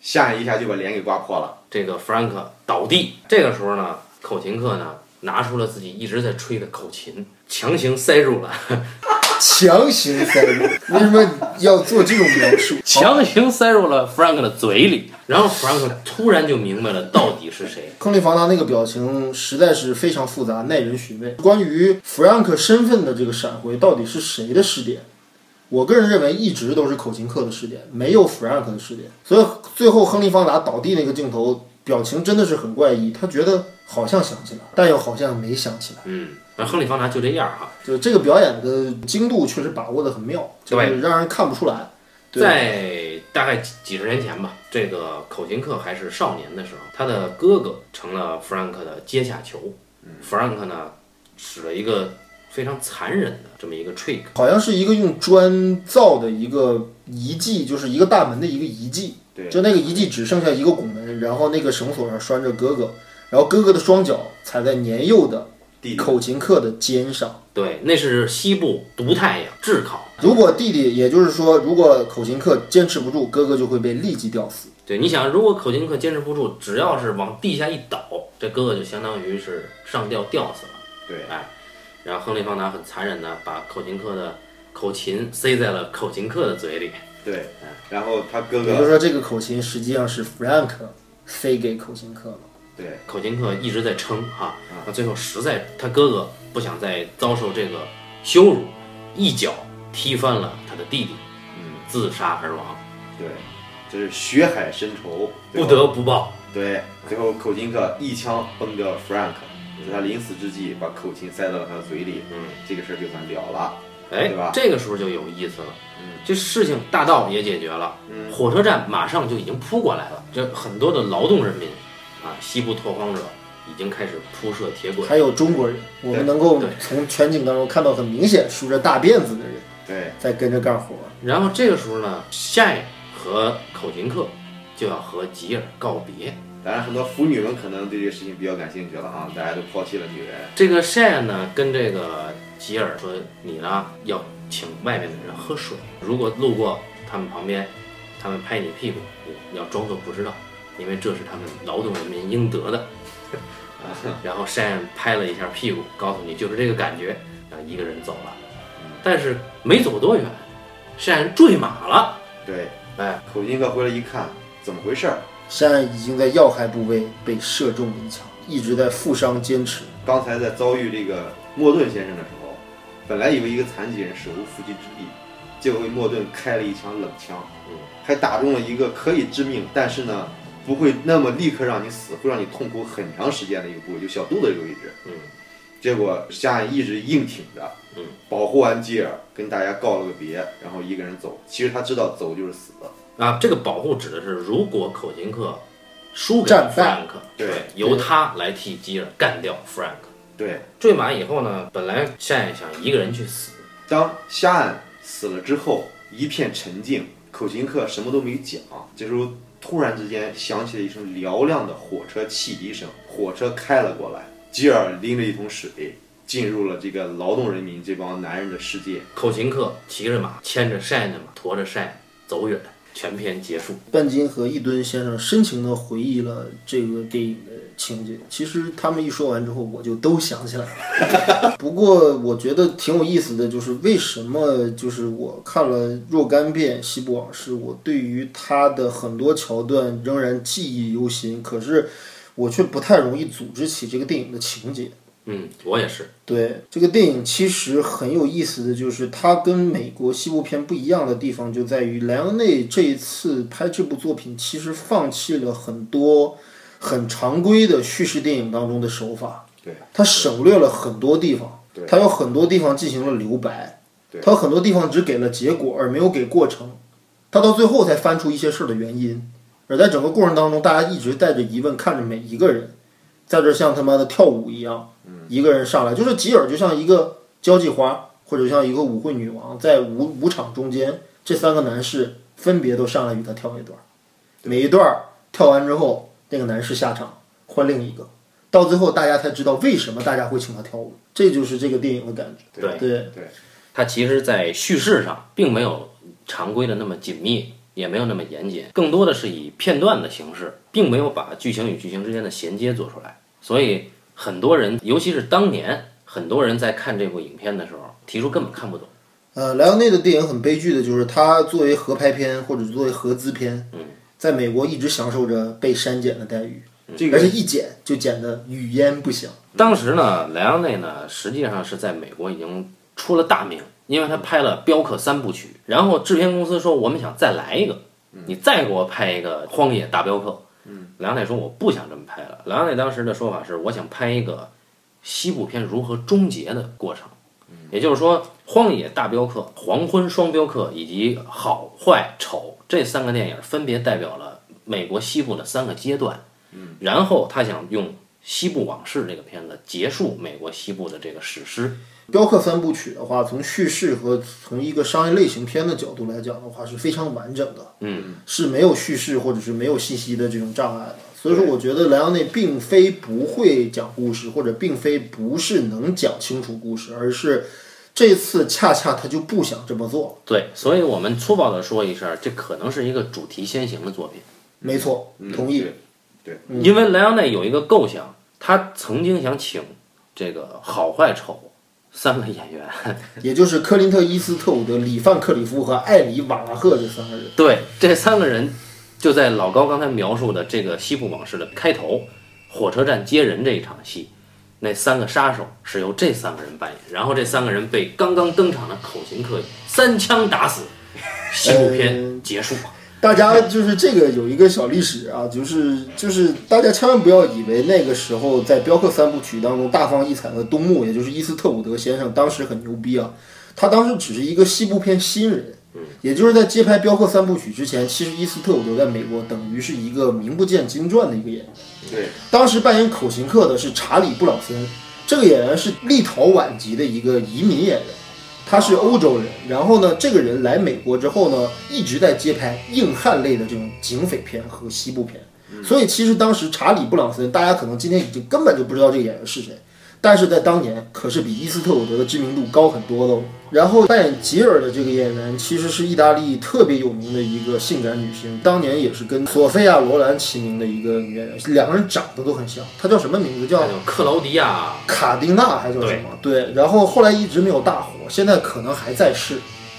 [SPEAKER 2] 夏岸一下就把脸给刮破了。
[SPEAKER 1] 这个 Frank 倒地。这个时候呢，口琴课呢拿出了自己一直在吹的口琴，强行塞入了，
[SPEAKER 3] 强行塞入， 为什么要做这种描述？
[SPEAKER 1] 强行塞入了 Frank 的嘴里。然后 Frank 突然就明白了到底是谁。
[SPEAKER 3] 亨利·房达那个表情实在是非常复杂，耐人寻味。关于 Frank 身份的这个闪回，到底是谁的试点？我个人认为一直都是口琴课的试点，没有 Frank 的试点。所以最后亨利·方达倒地那个镜头，表情真的是很怪异，他觉得好像想起来，但又好像没想起来。
[SPEAKER 1] 嗯，然后亨利·方达就这样哈，
[SPEAKER 3] 就这个表演的精度确实把握的很妙，就是
[SPEAKER 1] 对
[SPEAKER 3] 让人看不出来。对
[SPEAKER 1] 在大概几几十年前吧，这个口琴课还是少年的时候，他的哥哥成了 Frank 的阶下囚。Frank 呢，使了一个非常残忍的这么一个 trick，
[SPEAKER 3] 好像是一个用砖造的一个遗迹，就是一个大门的一个遗迹。
[SPEAKER 2] 对
[SPEAKER 3] 就那个遗迹只剩下一个拱门，然后那个绳索上拴着哥哥，然后哥哥的双脚踩在年幼的
[SPEAKER 2] 弟弟
[SPEAKER 3] 口琴课的肩上。
[SPEAKER 1] 对，那是西部毒太阳炙烤。
[SPEAKER 3] 如果弟弟，也就是说，如果口琴课坚持不住，哥哥就会被立即吊死。
[SPEAKER 1] 对，你想，如果口琴课坚持不住，只要是往地下一倒，这哥哥就相当于是上吊吊死了。
[SPEAKER 2] 对，
[SPEAKER 1] 哎，然后亨利·方达很残忍的把口琴课的口琴塞在了口琴课的嘴里。
[SPEAKER 2] 对，然后他哥
[SPEAKER 3] 也就是
[SPEAKER 2] 哥
[SPEAKER 3] 说，这个口琴实际上是 Frank 塞给口琴课了。
[SPEAKER 2] 对
[SPEAKER 1] 口琴课一直在撑哈，
[SPEAKER 2] 啊
[SPEAKER 1] 那最后实在他哥哥不想再遭受这个羞辱，一脚踢翻了他的弟弟，
[SPEAKER 2] 嗯，
[SPEAKER 1] 自杀而亡，
[SPEAKER 2] 对，这是血海深仇，最
[SPEAKER 1] 不
[SPEAKER 2] 后
[SPEAKER 1] 得不报。
[SPEAKER 2] 对，最后口琴克一枪崩掉了 Frank，在他临死之际把口琴塞到了他的嘴里，
[SPEAKER 1] 嗯，
[SPEAKER 2] 这个事儿就算了了。
[SPEAKER 1] 哎
[SPEAKER 2] 对吧，
[SPEAKER 1] 这个时候就有意思了
[SPEAKER 2] 嗯。
[SPEAKER 1] 这事情大道也解决了，
[SPEAKER 2] 嗯
[SPEAKER 1] 火车站马上就已经扑过来了。这很多的劳动人民啊，西部拓荒者已经开始铺设铁轨。
[SPEAKER 3] 还有中国人，我们能够从全景当中看到很明显梳着大辫子的人
[SPEAKER 2] 对，
[SPEAKER 3] 在跟着干活。
[SPEAKER 1] 然后这个时候呢，夏野和口琴克就要和吉尔告别。
[SPEAKER 2] 当然很多腐女们可能对这个事情比较感兴趣了啊，大家都抛弃了女人。
[SPEAKER 1] 这个夏呢跟这个吉尔说：“你呢要请外面的人喝水，如果路过他们旁边，他们拍你屁股，你要装作不知道，因为这是他们劳动人民应得的。”啊 然后 Shane 拍了一下屁股，告诉你就是这个感觉，然后一个人走了。
[SPEAKER 2] 嗯
[SPEAKER 1] 但是没走多远，Shane 坠马了。
[SPEAKER 2] 对，
[SPEAKER 1] 哎，
[SPEAKER 2] 口琴克回来一看，怎么回事儿？
[SPEAKER 3] 山岸已经在要害部位被射中了一枪，一直在负伤坚持。
[SPEAKER 2] 刚才在遭遇这个莫顿先生的时候，本来以为一个残疾人手无缚鸡之力，结果被莫顿开了一枪冷枪，
[SPEAKER 1] 嗯
[SPEAKER 2] 还打中了一个可以致命，但是呢，不会那么立刻让你死，会让你痛苦很长时间的一个部位，就小肚子这个位置。
[SPEAKER 1] 嗯，
[SPEAKER 2] 结果夏岸一直硬挺着，
[SPEAKER 1] 嗯，
[SPEAKER 2] 保护完基尔，跟大家告了个别，然后一个人走。其实他知道走就是死的，
[SPEAKER 1] 啊，这个保护指的是如果口琴克输给
[SPEAKER 3] 战败
[SPEAKER 1] Frank，
[SPEAKER 2] 对
[SPEAKER 1] 由他来替吉尔干掉 Frank。
[SPEAKER 2] 对。
[SPEAKER 1] 坠马以后呢，本来夏野想一个人去死，
[SPEAKER 2] 当夏岸死了之后，一片沉静，口琴课什么都没讲。这时候突然之间响起了一声嘹亮的火车汽笛声，火车开了过来。吉尔拎着一桶水进入了这个劳动人民这帮男人的世界。
[SPEAKER 1] 口琴课，骑着马，牵着晒呢马，驮着晒走远。全篇结束，
[SPEAKER 3] 半斤和一吨先生深情地回忆了这个电影的情节。其实他们一说完之后，我就都想起来了。不过我觉得挺有意思的，就是为什么就是我看了若干遍《西部往事》，我对于他的很多桥段仍然记忆犹新，可是我却不太容易组织起这个电影的情节。
[SPEAKER 1] 嗯，我也是，
[SPEAKER 3] 对这个电影其实很有意思的就是，它跟美国西部片不一样的地方就在于，莱昂内这一次拍这部作品，其实放弃了很多很常规的叙事电影当中的手法。
[SPEAKER 2] 对，
[SPEAKER 3] 它省略了很多地方，它有很多地方进行了留白，它有很多地方只给了结果而没有给过程，它到最后才翻出一些事儿的原因。而在整个过程当中，大家一直带着疑问看着每一个人，在这像他妈的跳舞一样，一个人上来就是吉尔，就像一个交际花，或者像一个舞会女王，在舞舞场中间，这三个男士分别都上来与他跳一段儿，每一段儿跳完之后，那个男士下场换另一个，到最后大家才知道为什么大家会请他跳舞，这就是这个电影的感觉。
[SPEAKER 1] 对
[SPEAKER 3] 对，
[SPEAKER 1] 它其实，在叙事上并没有常规的那么紧密，也没有那么严谨，更多的是以片段的形式，并没有把剧情与剧情之间的衔接做出来。所以，很多人，尤其是当年很多人在看这部影片的时候，提出根本看不懂。
[SPEAKER 3] 呃，莱昂内的电影很悲剧的，就是他作为合拍片或者作为合资片，
[SPEAKER 2] 嗯
[SPEAKER 3] 在美国一直享受着被删减的待遇，
[SPEAKER 2] 嗯这
[SPEAKER 3] 而
[SPEAKER 2] 个
[SPEAKER 3] 且一剪就剪得语焉不详。
[SPEAKER 1] 当时呢，莱昂内呢，实际上是在美国已经出了大名，因为他拍了《镖客》三部曲，然后制片公司说我们想再来一个，你再给我拍一个《荒野大镖客》。嗯，莱昂内说我不想这么拍了。莱昂内当时的说法是，我想拍一个西部片如何终结的过程，也就是说，《荒野大镖客》《黄昏双镖客》以及《好坏丑》这三个电影分别代表了美国西部的三个阶段。嗯，然后他想用《西部往事》这个片子结束美国西部的这个史诗。
[SPEAKER 3] 镖客三部曲的话，从叙事和从一个商业类型片的角度来讲的话，是非常完整的，嗯，是没有叙事或者是没有信息的这种障碍的。所以说，我觉得莱昂内并非不会讲故事，或者并非不是能讲清楚故事，而是这次恰恰他就不想这么做。
[SPEAKER 1] 对，所以我们粗暴的说一声，这可能是一个主题先行的作品，
[SPEAKER 3] 没错，
[SPEAKER 2] 嗯
[SPEAKER 3] 同意。
[SPEAKER 1] 因为莱昂内有一个构想，他曾经想请这个好坏丑三个演员，
[SPEAKER 3] 也就是克林特·伊斯特伍德、里范·克里夫和艾里·瓦拉赫这三个人。
[SPEAKER 1] 对， 这三个人就在老高刚才描述的这个《西部往事》的开头，火车站接人这一场戏，那三个杀手是由这三个人扮演，然后这三个人被刚刚登场的口琴客三枪打死，西部片结束。
[SPEAKER 3] 大家就是这个有一个小历史啊，就是就是大家千万不要以为那个时候在《镖客三部曲》当中大放异彩的东木，也就是伊斯特伍德先生，当时很牛逼啊。他当时只是一个西部片新人，也就是在接拍《镖客三部曲》之前，其实伊斯特伍德在美国等于是一个名不见经传的一个演员。
[SPEAKER 2] 对，
[SPEAKER 3] 当时扮演口琴客的是查理·布朗森，这个演员是立陶宛籍的一个移民演员，他是欧洲人。然后呢，这个人来美国之后呢，一直在接拍硬汉类的这种警匪片和西部片。所以其实当时查理·布朗森，大家可能今天已经根本就不知道这个演员是谁，但是在当年可是比伊斯特伍德的知名度高很多喽。然后扮演吉尔的这个演员其实是意大利特别有名的一个性感女星，当年也是跟索菲亚·罗兰齐名的一个女演员，两个人长得都很像。她叫什么名字？叫
[SPEAKER 1] 还有克劳迪亚，
[SPEAKER 3] 卡丁娜还叫什么？对，然后后来一直没有大火，现在可能还在世。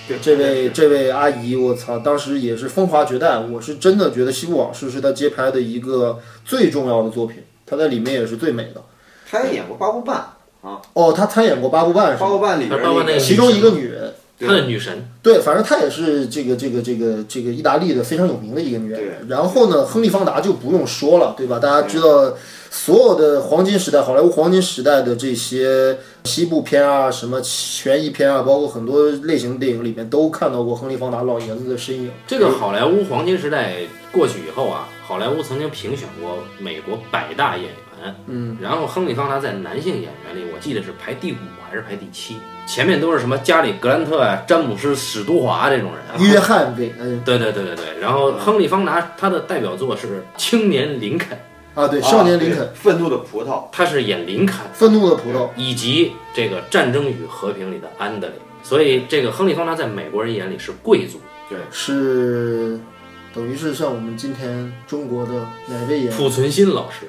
[SPEAKER 2] 对
[SPEAKER 3] 这位这位阿姨，我操，当时也是风华绝代。我是真的觉得《西部往事》是她接拍的一个最重要的作品，她在里面也是最美的。
[SPEAKER 2] 他演过八部半啊，
[SPEAKER 3] 哦，她参演过八部半是
[SPEAKER 2] 八
[SPEAKER 3] 吧？
[SPEAKER 2] 部半里边
[SPEAKER 1] 八部半那个
[SPEAKER 3] 其中一个女人，
[SPEAKER 1] 他的女神。
[SPEAKER 3] 对，反正她也是这个这个这个这个意大利的非常有名的一个女演员。然后呢，亨利·方达就不用说了，对吧？大家知道所有的黄金时代，好莱坞黄金时代的这些西部片啊、什么悬疑片啊，包括很多类型电影里面都看到过亨利·方达老爷子的身影。
[SPEAKER 1] 这个好莱坞黄金时代过去以后啊，好莱坞曾经评选过美国百大演员，
[SPEAKER 3] 嗯，
[SPEAKER 1] 然后亨利·方达在男性演员里，我记得是排第五还是排第七，前面都是什么加里·格兰特啊、詹姆斯·史都华这种人啊。
[SPEAKER 3] 哎约翰韦恩
[SPEAKER 1] 对对对对对，然后亨利·方达他的代表作是《青年林肯》，
[SPEAKER 3] 啊，对，少年林肯，
[SPEAKER 2] 啊对愤怒的葡萄，
[SPEAKER 1] 他是演林肯，
[SPEAKER 3] 愤怒的葡萄，
[SPEAKER 1] 以及这个《战争与和平》里的安德烈。所以这个亨利·方达在美国人眼里是贵族，
[SPEAKER 3] 是等于是像我们今天中国的哪位演员？
[SPEAKER 1] 濮存昕老师。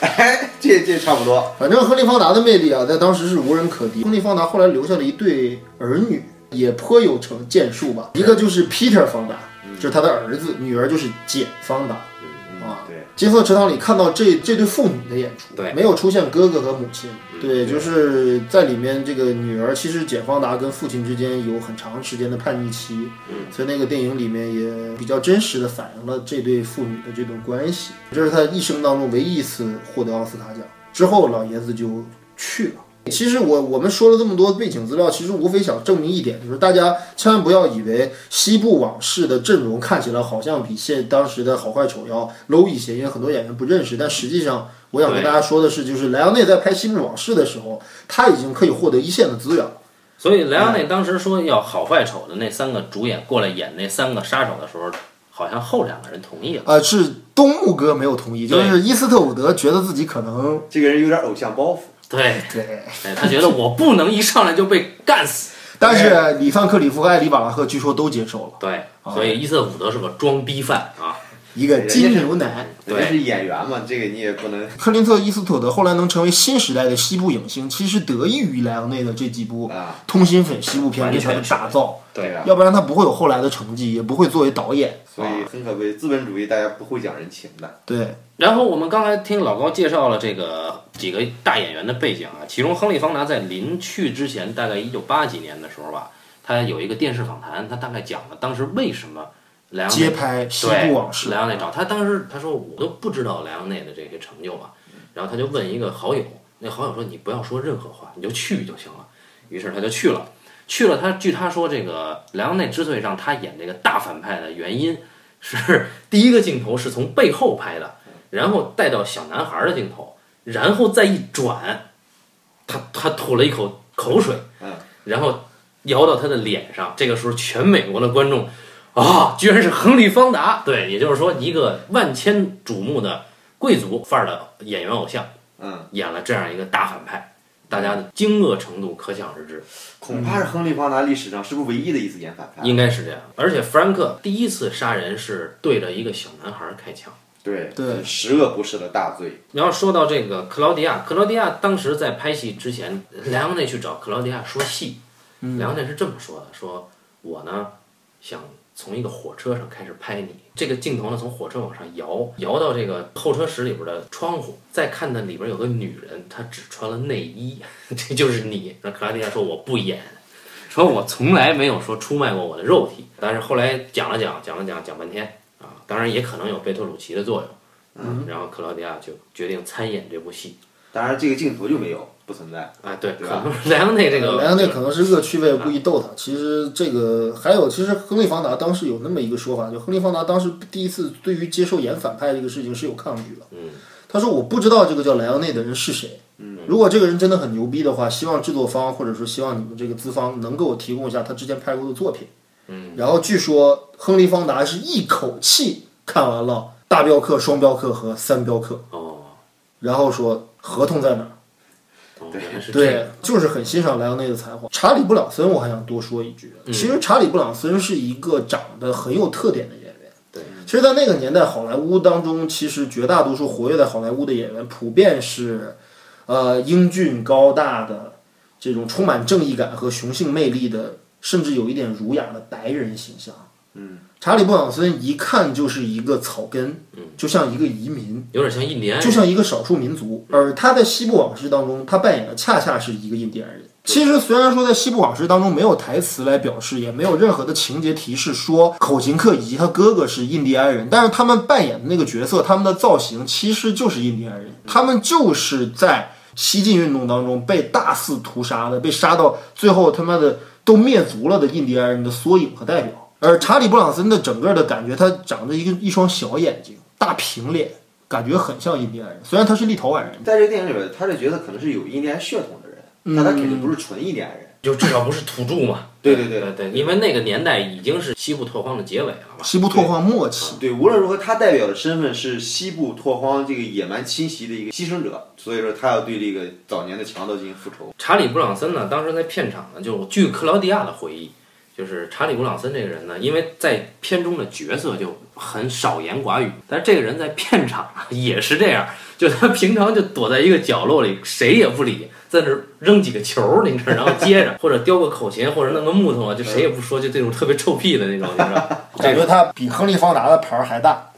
[SPEAKER 2] 哎， 这这差不多。
[SPEAKER 3] 反正亨利·方达的魅力啊，在当时是无人可敌。亨利·方达后来留下了一对儿女，也颇有成建树吧。一个就是 Peter 方达，就是他的儿子，女儿就是简方达。啊，
[SPEAKER 2] 嗯对，
[SPEAKER 3] 金色池塘里看到这这对父女的演出，
[SPEAKER 1] 对嗯
[SPEAKER 3] 没有出现哥哥和母亲，对，
[SPEAKER 2] 对
[SPEAKER 3] 就是在里面这个女儿，其实简方达跟父亲之间有很长时间的叛逆期，
[SPEAKER 1] 嗯
[SPEAKER 3] 所以那个电影里面也比较真实的反映了这对父女的这段关系。这是他一生当中唯一一次获得奥斯卡奖，之后老爷子就去了。其实我我们说了这么多背景资料，其实无非想证明一点，就是大家千万不要以为西部往事的阵容看起来好像比现当时的好坏丑要 low 一些，因为很多演员不认识。但实际上，我想跟大家说的是，就是莱昂内在拍《西部往事》的时候，他已经可以获得一线的资源了。
[SPEAKER 1] 所以莱昂内当时说要好坏丑的那三个主演过来演那三个杀手的时候，好像后两个人同意了。
[SPEAKER 3] 呃，是东木哥没有同意，就
[SPEAKER 1] 对
[SPEAKER 3] 是伊斯特伍德觉得自己可能
[SPEAKER 2] 这个人有点偶像包袱。
[SPEAKER 1] 对，
[SPEAKER 3] 对，
[SPEAKER 1] 哎他觉得我不能一上来就被干死。
[SPEAKER 3] 但是里范克里夫和埃里瓦拉赫据说都接受了
[SPEAKER 1] 对，所以伊瑟伍德是个装逼犯啊。
[SPEAKER 3] 一个金牛男。
[SPEAKER 2] 人家是演员嘛，这个你也不能
[SPEAKER 3] 克林特·伊斯特伍德后来能成为新时代的西部影星，其实得益于莱昂内的这几部
[SPEAKER 2] 啊，
[SPEAKER 3] 通心粉西部片对他的打造，
[SPEAKER 2] 对啊，
[SPEAKER 3] 要不然他不会有后来的成绩，也不会作为导演。
[SPEAKER 2] 所以很可悲，资本主义大家不会讲人情的。
[SPEAKER 3] 对，
[SPEAKER 1] 然后我们刚才听老高介绍了这个几个大演员的背景啊，其中亨利·方达在临去之前，大概一九八几年的时候吧，他有一个电视访谈，他大概讲了当时为什么莱昂内
[SPEAKER 3] 接拍《西部往事
[SPEAKER 1] 对莱》昂内找他，当时他说我都不知道莱昂内的这些成就啊，然后他就问一个好友，那好友说你不要说任何话，你就去就行了。于是他就去了，去了他。据他说，这个莱昂内之所以让他演这个大反派的原因是，第一个镜头是从背后拍的，然后带到小男孩的镜头，然后再一转，他他吐了一口口水，
[SPEAKER 2] 嗯，
[SPEAKER 1] 然后摇到他的脸上。这个时候，全美国的观众啊，居然是亨利·方达。对，也就是说，一个万千瞩目的贵族范儿的演员偶像，
[SPEAKER 2] 嗯，
[SPEAKER 1] 演了这样一个大反派，大家的惊愕程度可想而知，
[SPEAKER 2] 恐怕是亨利·方达历史上是不是唯一的一次演反派？
[SPEAKER 1] 应该是这样。而且弗兰克第一次杀人是对着一个小男孩开枪。
[SPEAKER 2] 对
[SPEAKER 3] 对
[SPEAKER 2] 十恶不赦的大罪。
[SPEAKER 1] 然后说到这个克劳迪亚，克劳迪亚当时在拍戏之前，莱昂内去找克劳迪亚说戏，莱昂内是这么说的：说我呢想从一个火车上开始拍你，这个镜头呢从火车往上摇，摇到这个候车室里边的窗户，再看到里边有个女人，她只穿了内衣， 这就是你。然后克劳迪亚说我不演。说我从来没有说出卖过我的肉体，但是后来讲了讲，讲了讲，讲半天啊，当然也可能有贝托鲁奇的作用，嗯，然后克劳迪亚就决定参演这部戏
[SPEAKER 2] 当然，这个镜头就没有，不存在。
[SPEAKER 1] 啊，对，可
[SPEAKER 2] 对吧
[SPEAKER 1] 能莱昂内这个
[SPEAKER 3] 莱昂内可能是恶趣味，故意逗他。其实这个还有，其实亨利·方达当时有那么一个说法，就亨利·方达当时第一次对于接受演反派这个事情是有抗拒的。
[SPEAKER 1] 嗯，
[SPEAKER 3] 他说我不知道这个叫莱昂内的人是谁。如果这个人真的很牛逼的话，希望制作方或者说希望你们这个资方能给我提供一下他之前拍过的作品。嗯，然后据说亨利·方达是一口气看完了《大镖客》《双镖客》和《三镖客》，
[SPEAKER 1] 哦，
[SPEAKER 3] 然后说合同在哪儿？
[SPEAKER 1] 哦原来是这样，
[SPEAKER 3] 对，就是很欣赏莱昂内的才华。查理·布朗森，我还想多说一句，
[SPEAKER 1] 嗯
[SPEAKER 3] 其实查理·布朗森是一个长得很有特点的演员。
[SPEAKER 1] 对，
[SPEAKER 3] 其实，在那个年代，好莱坞当中，其实绝大多数活跃在好莱坞的演员，普遍是，呃，英俊高大的，这种充满正义感和雄性魅力的，甚至有一点儒雅的白人形象。嗯，查理·布朗森一看就是一个草根，
[SPEAKER 1] 嗯
[SPEAKER 3] 就像一个移民。
[SPEAKER 1] 有点像印第安
[SPEAKER 3] 就像一个少数民族。而他在《西部往事》当中，他扮演的恰恰是一个印第安人。其实虽然说在《西部往事》当中没有台词来表示，也没有任何的情节提示说口琴克以及他哥哥是印第安人，但是他们扮演的那个角色，他们的造型其实就是印第安人，他们就是在西进运动当中被大肆屠杀的，被杀到最后他妈的都灭族了的印第安人的缩影和代表。而查理·布朗森的整个的感觉，他长着一个一双小眼睛，大平脸，感觉很像印第安人，虽然他是立陶宛人，
[SPEAKER 2] 在这个电影里边，他这角色可能是有印第安血统的人，但他肯定不是纯印第安人。
[SPEAKER 1] 就至少不是土著嘛。
[SPEAKER 2] 对对对
[SPEAKER 1] 对对，因为那个年代已经是西部拓荒的结尾了嘛。
[SPEAKER 3] 西部拓荒末期。
[SPEAKER 2] 对，无论如何，他代表的身份是西部拓荒这个野蛮侵袭的一个牺牲者，所以说他要对这个早年的强盗进行复仇。
[SPEAKER 1] 查理·布朗森呢，当时在片场呢，就据克劳迪亚的回忆，就是查理·布朗森这个人呢，因为在片中的角色就很少言寡语，但是这个人在片场啊 也是这样，就他平常就躲在一个角落里，谁也不理，在那儿扔几个球儿，你知道，然后接着， 或者叼个口琴，或者弄个木头啊，就谁也不说，就这种特别臭屁的那种，你知道。
[SPEAKER 3] 感觉他比亨利·方达的牌儿还大。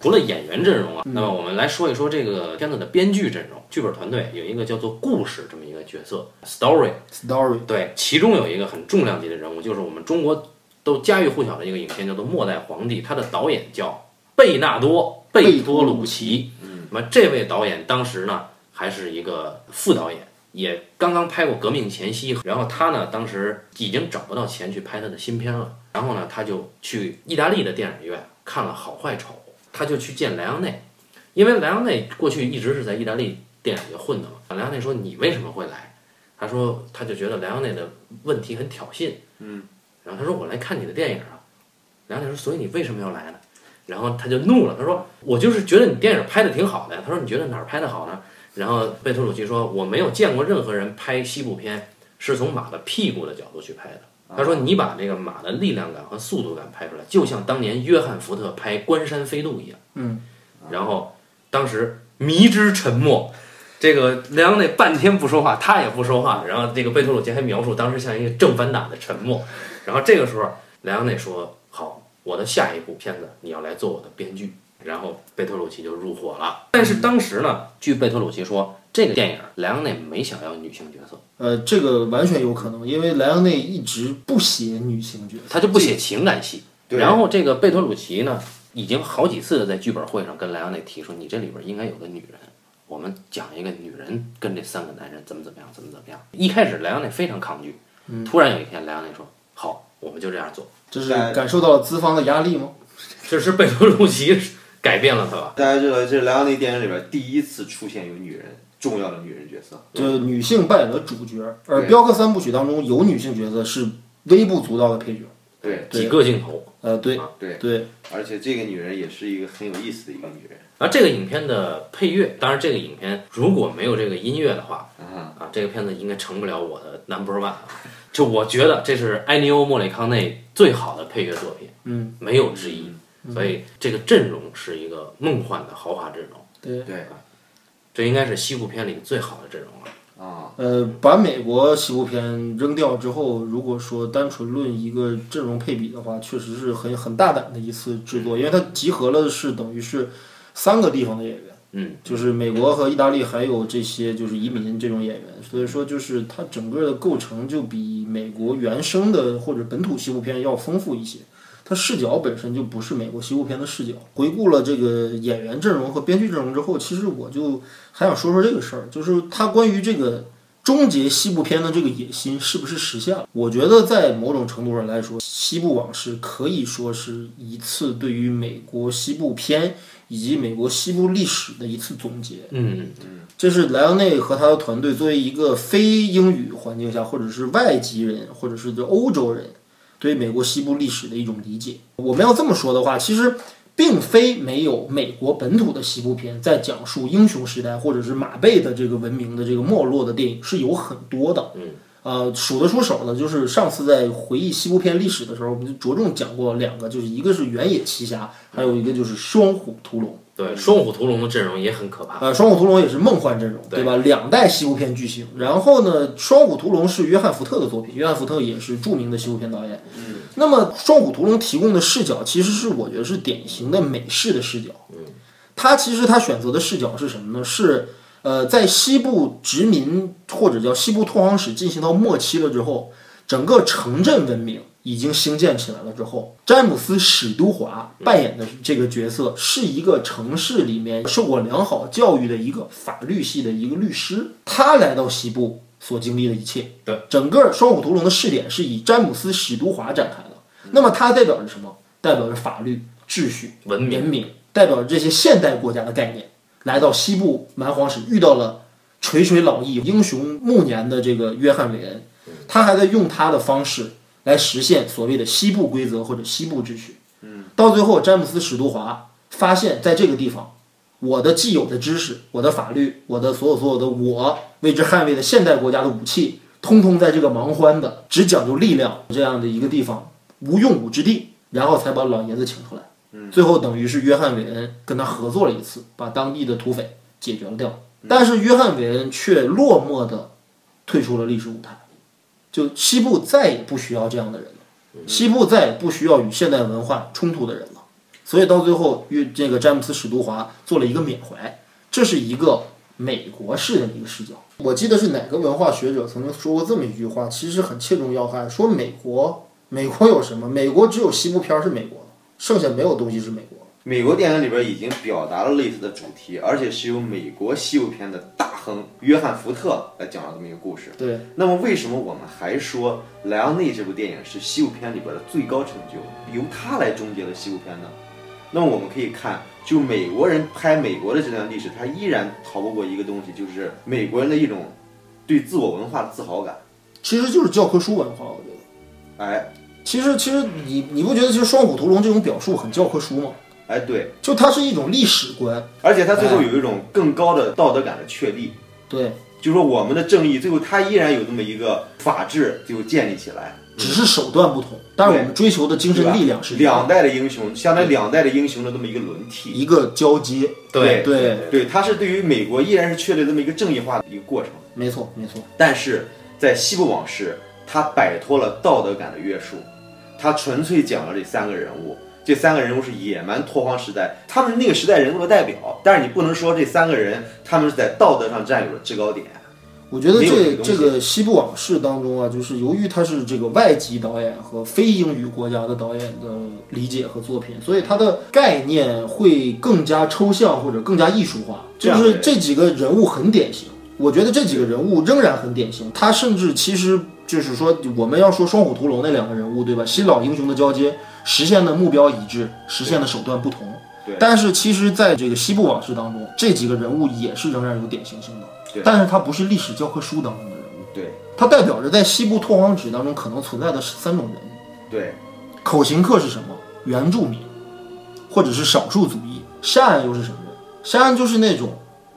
[SPEAKER 1] 除了演员阵容啊，那么我们来说一说这个片子的编剧阵容。剧本团队有一个叫做故事这么一个角色，story。
[SPEAKER 3] Story，
[SPEAKER 1] 对，其中有一个很重量级的人物，就是我们中国都家喻户晓的一个影片，叫做《末代皇帝》，它的导演叫贝纳多·贝托鲁奇。嗯，那么这位导演当时呢还是一个副导演，也刚刚拍过《革命前夕》，然后他呢当时已经找不到钱去拍他的新片了，然后呢他就去意大利的电影院看了《好坏丑》，他就去见莱昂内，因为莱昂内过去一直是在意大利电影界混的嘛。莱昂内说：“你为什么会来？”他说他就觉得莱昂内的问题很挑衅，
[SPEAKER 2] 嗯，
[SPEAKER 1] 然后他说我来看你的电影啊，莱昂内说所以你为什么要来呢？然后他就怒了，他说我就是觉得你电影拍的挺好的呀，他说你觉得哪儿拍的好呢？然后贝托鲁奇说我没有见过任何人拍西部片是从马的屁股的角度去拍的。他说：“你把这个马的力量感和速度感拍出来，就像当年约翰·福特拍《关山飞渡》一样。”
[SPEAKER 3] 嗯，
[SPEAKER 1] 然后当时迷之沉默，这个莱昂内半天不说话，他也不说话。然后这个贝托鲁杰还描述当时像一个正反打的沉默。然后这个时候，莱昂内说：“好，我的下一部片子你要来做我的编剧。”然后贝托鲁奇就入伙了。但是当时呢，据贝托鲁奇说，这个电影莱昂内没想要女性角色，
[SPEAKER 3] 呃，这个完全有可能，因为莱昂内一直不写女性角色。
[SPEAKER 1] 他就不写情感戏。
[SPEAKER 2] 对
[SPEAKER 1] 然后这个贝托鲁奇呢，已经好几次的在剧本会上跟莱昂内提出，你这里边应该有个女人，我们讲一个女人跟这三个男人怎么怎么样，怎么怎么样。一开始莱昂内非常抗拒，突然有一天莱昂内说：“好，我们就这样做。
[SPEAKER 3] 这是感受到了资方的压力吗？”
[SPEAKER 1] 这是贝托鲁奇改变了他吧？
[SPEAKER 2] 大家知道，这是莱昂内电影里边第一次出现有女人重要的女人角色。
[SPEAKER 3] 就是女性扮演了主角，而
[SPEAKER 2] 对
[SPEAKER 3] 彪哥三部曲当中有女性角色是微不足道的配角。
[SPEAKER 2] 对
[SPEAKER 1] 几个镜头。
[SPEAKER 3] 呃，对
[SPEAKER 2] 对，
[SPEAKER 3] 对，
[SPEAKER 2] 而且这个女人也是一个很有意思的一个女人。
[SPEAKER 1] 而这个影片的配乐，当然这个影片如果没有这个音乐的话，
[SPEAKER 2] 啊
[SPEAKER 1] 啊，这个片子应该成不了我的 number one 啊。就我觉得这是埃尼欧·莫里康内最好的配乐作品，
[SPEAKER 3] 嗯，
[SPEAKER 1] 没有之一。所以这个阵容是一个梦幻的豪华阵容，啊
[SPEAKER 3] 对。
[SPEAKER 2] 对
[SPEAKER 1] 这应该是西部片里最好的阵容了。
[SPEAKER 2] 啊，
[SPEAKER 3] 呃，把美国西部片扔掉之后，如果说单纯论一个阵容配比的话，确实是很很大胆的一次制作，因为它集合了是等于是三个地方的演员，
[SPEAKER 1] 嗯，
[SPEAKER 3] 就是美国和意大利还有这些就是移民这种演员，所以说就是它整个的构成就比美国原生的或者本土西部片要丰富一些。它视角本身就不是美国西部片的视角。回顾了这个演员阵容和编剧阵容之后，其实我就还想说说这个事儿，就是它关于这个终结西部片的这个野心是不是实现了？我觉得在某种程度上来说，《西部往事》可以说是一次对于美国西部片以及美国西部历史的一次总结。
[SPEAKER 1] 嗯，
[SPEAKER 3] 这是莱昂内和他的团队作为一个非英语环境下，或者是外籍人，或者是就欧洲人，对美国西部历史的一种理解。我们要这么说的话，其实并非没有美国本土的西部片在讲述英雄时代或者是马背的这个文明的这个没落的电影是有很多的。
[SPEAKER 1] 嗯。
[SPEAKER 3] 呃，数得出手的，就是上次在回忆西部片历史的时候，我们就着重讲过两个，就是一个是《原野奇侠》，还有一个就是《双虎屠龙》。
[SPEAKER 1] 对，双虎屠龙的阵容也很可怕。
[SPEAKER 3] 呃，双虎屠龙也是梦幻阵容，对吧？两代西部片巨星。然后呢，双虎屠龙是约翰·福特的作品，约翰·福特也是著名的西部片导演。嗯，那么双虎屠龙提供的视角，其实是我觉得是典型的美式的视角。嗯，他其实他选择的视角是什么呢？是呃，在西部殖民或者叫西部拓荒史进行到末期了之后，整个城镇文明已经兴建起来了之后，詹姆斯·史都华扮演的这个角色是一个城市里面受过良好教育的一个法律系的一个律师，他来到西部所经历的一切。
[SPEAKER 1] 对，
[SPEAKER 3] 整个《双虎屠龙》的试点是以詹姆斯·史都华展开的。那么它代表着什么？代表着法律、秩序、
[SPEAKER 1] 文明
[SPEAKER 3] 文明。代表着这些现代国家的概念，来到西部蛮荒时遇到了垂垂老矣、英雄暮年的这个约翰·韦恩，
[SPEAKER 1] 嗯
[SPEAKER 3] 他还在用他的方式来实现所谓的西部规则或者西部秩序。嗯，到最后，詹姆斯·史都华发现，在这个地方，我的既有的知识、我的法律、我的所有所有的我为之捍卫的现代国家的武器，通通在这个蛮荒的只讲究力量这样的一个地方无用武之地，然后才把老爷子请出来。最后等于是约翰·韦恩跟他合作了一次，把当地的土匪解决了掉。但是约翰·韦恩却落寞的退出了历史舞台，就西部再也不需要这样的人了，西部再也不需要与现代文化冲突的人了。所以到最后，约这个詹姆斯·史都华做了一个缅怀，这是一个美国式的一个视角。我记得是哪个文化学者曾经说过这么一句话，其实很切中要害，说美国，美国有什么？美国只有西部片儿是美国的，剩下没有东西是美国的。
[SPEAKER 2] 美国电影里边已经表达了类似的主题，而且是由美国西部片的大亨约翰·福特来讲了这么一个故事。
[SPEAKER 3] 对，
[SPEAKER 2] 那么为什么我们还说《莱昂内》这部电影是西部片里边的最高成就，由它来终结了西部片呢？那么我们可以看，就美国人拍美国的这段历史，它依然逃不过一个东西，就是美国人的一种对自我文化的自豪感。
[SPEAKER 3] 其实就是教科书文化，我觉得。
[SPEAKER 2] 哎
[SPEAKER 3] 其实，其实你你不觉得其实《双虎屠龙》这种表述很教科书吗？
[SPEAKER 2] 哎，对，
[SPEAKER 3] 就它是一种历史观，
[SPEAKER 2] 而且他最后有一种更高的道德感的确立。
[SPEAKER 3] 对，
[SPEAKER 2] 就说我们的正义，最后它依然有这么一个法治，最后建立起来。
[SPEAKER 3] 只是手段不同，但是我们追求的精
[SPEAKER 2] 对
[SPEAKER 3] 神
[SPEAKER 2] 吧
[SPEAKER 3] 力量是一样
[SPEAKER 2] 两代的英雄，相当于两代的英雄的这么一个轮替。
[SPEAKER 3] 一个交接。
[SPEAKER 2] 对
[SPEAKER 3] 对，
[SPEAKER 2] 对，它是对于美国依然是确立这么一个正义化的一个过程，
[SPEAKER 3] 没错，没错，
[SPEAKER 2] 但是在《西部往事》，它摆脱了道德感的约束，它纯粹讲了这三个人物，这三个人物是野蛮拓荒时代，他们是那个时代人物的代表，但是你不能说这三个人他们是在道德上占有了制高点。
[SPEAKER 3] 我觉得
[SPEAKER 2] 没有
[SPEAKER 3] 这
[SPEAKER 2] 这个东西
[SPEAKER 3] 这个《西部往事》当中啊，就是由于他是这个外籍导演和非英语国家的导演的理解和作品，所以他的概念会更加抽象或者更加艺术化。
[SPEAKER 2] 这
[SPEAKER 3] 就
[SPEAKER 2] 样
[SPEAKER 3] 是
[SPEAKER 2] 对
[SPEAKER 3] 这几个人物很典型，我觉得这几个人物仍然很典型。他甚至其实就是说，我们要说《双虎屠龙》那两个人物，对吧？新老英雄的交接，实现的目标一致，实现的手段不同。
[SPEAKER 2] 对
[SPEAKER 3] 但是其实，在这个《西部往事》当中，这几个人物也是仍然有典型性的。
[SPEAKER 2] 对
[SPEAKER 3] 但是他不是历史教科书当中的人物，
[SPEAKER 2] 对
[SPEAKER 3] 他代表着在西部拓荒史当中可能存在的三种人：
[SPEAKER 2] 对
[SPEAKER 3] 口琴客是什么？原住民，或者是少数族裔。夏安又是什么人？夏安就是那种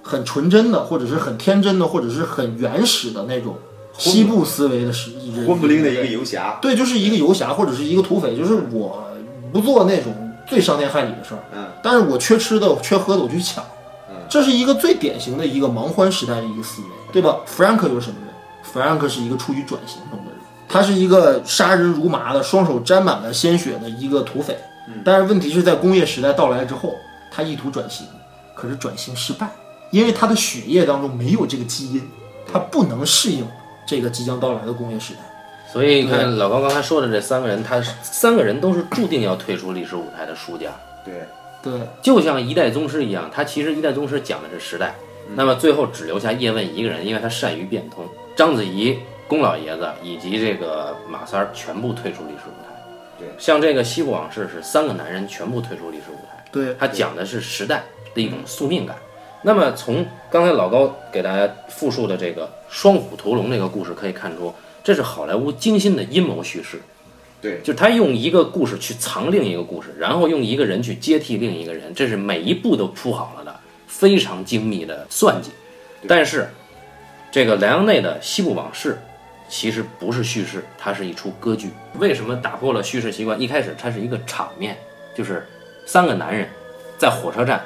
[SPEAKER 3] 很纯真的，或者是很天真的，或者是很原始的那种西部思维的史人。
[SPEAKER 2] 混不吝的一个游侠，
[SPEAKER 3] 对，就是一个游侠或者是一个土匪，就是我不做那种最伤天害理的事儿，
[SPEAKER 2] 嗯，
[SPEAKER 3] 但是我缺吃的、我缺喝的，我去抢，
[SPEAKER 2] 嗯
[SPEAKER 3] 这是一个最典型的一个盲欢时代的一个思维，对吧？Frank 有什么人？Frank 是一个处于转型中的人，他是一个杀人如麻的、双手沾满了鲜血的一个土匪，但是问题是在工业时代到来之后，他意图转型，可是转型失败，因为他的血液当中没有这个基因，他不能适应这个即将到来的工业时代。
[SPEAKER 1] 所以你看老高刚才说的这三个人，他是三个人都是注定要退出历史舞台的输家，
[SPEAKER 2] 对
[SPEAKER 3] 对，
[SPEAKER 1] 就像一代宗师一样，他其实一代宗师讲的是时代，那么最后只留下叶问一个人，因为他善于变通。章子怡、宫老爷子以及这个马三儿全部退出历史舞台。
[SPEAKER 2] 对，
[SPEAKER 1] 像这个《西部往事》是三个男人全部退出历史舞台。
[SPEAKER 3] 对，
[SPEAKER 1] 它讲的是时代的一种宿命感。那么从刚才老高给大家复述的这个《双虎屠龙》这个故事可以看出，这是好莱坞精心的阴谋叙事。
[SPEAKER 2] 对
[SPEAKER 1] 就是他用一个故事去藏另一个故事，然后用一个人去接替另一个人，这是每一步都铺好了的，非常精密的算计。但是，这个莱昂内的《西部往事》其实不是叙事，它是一出歌剧。为什么打破了叙事习惯？一开始它是一个场面，就是三个男人在火车站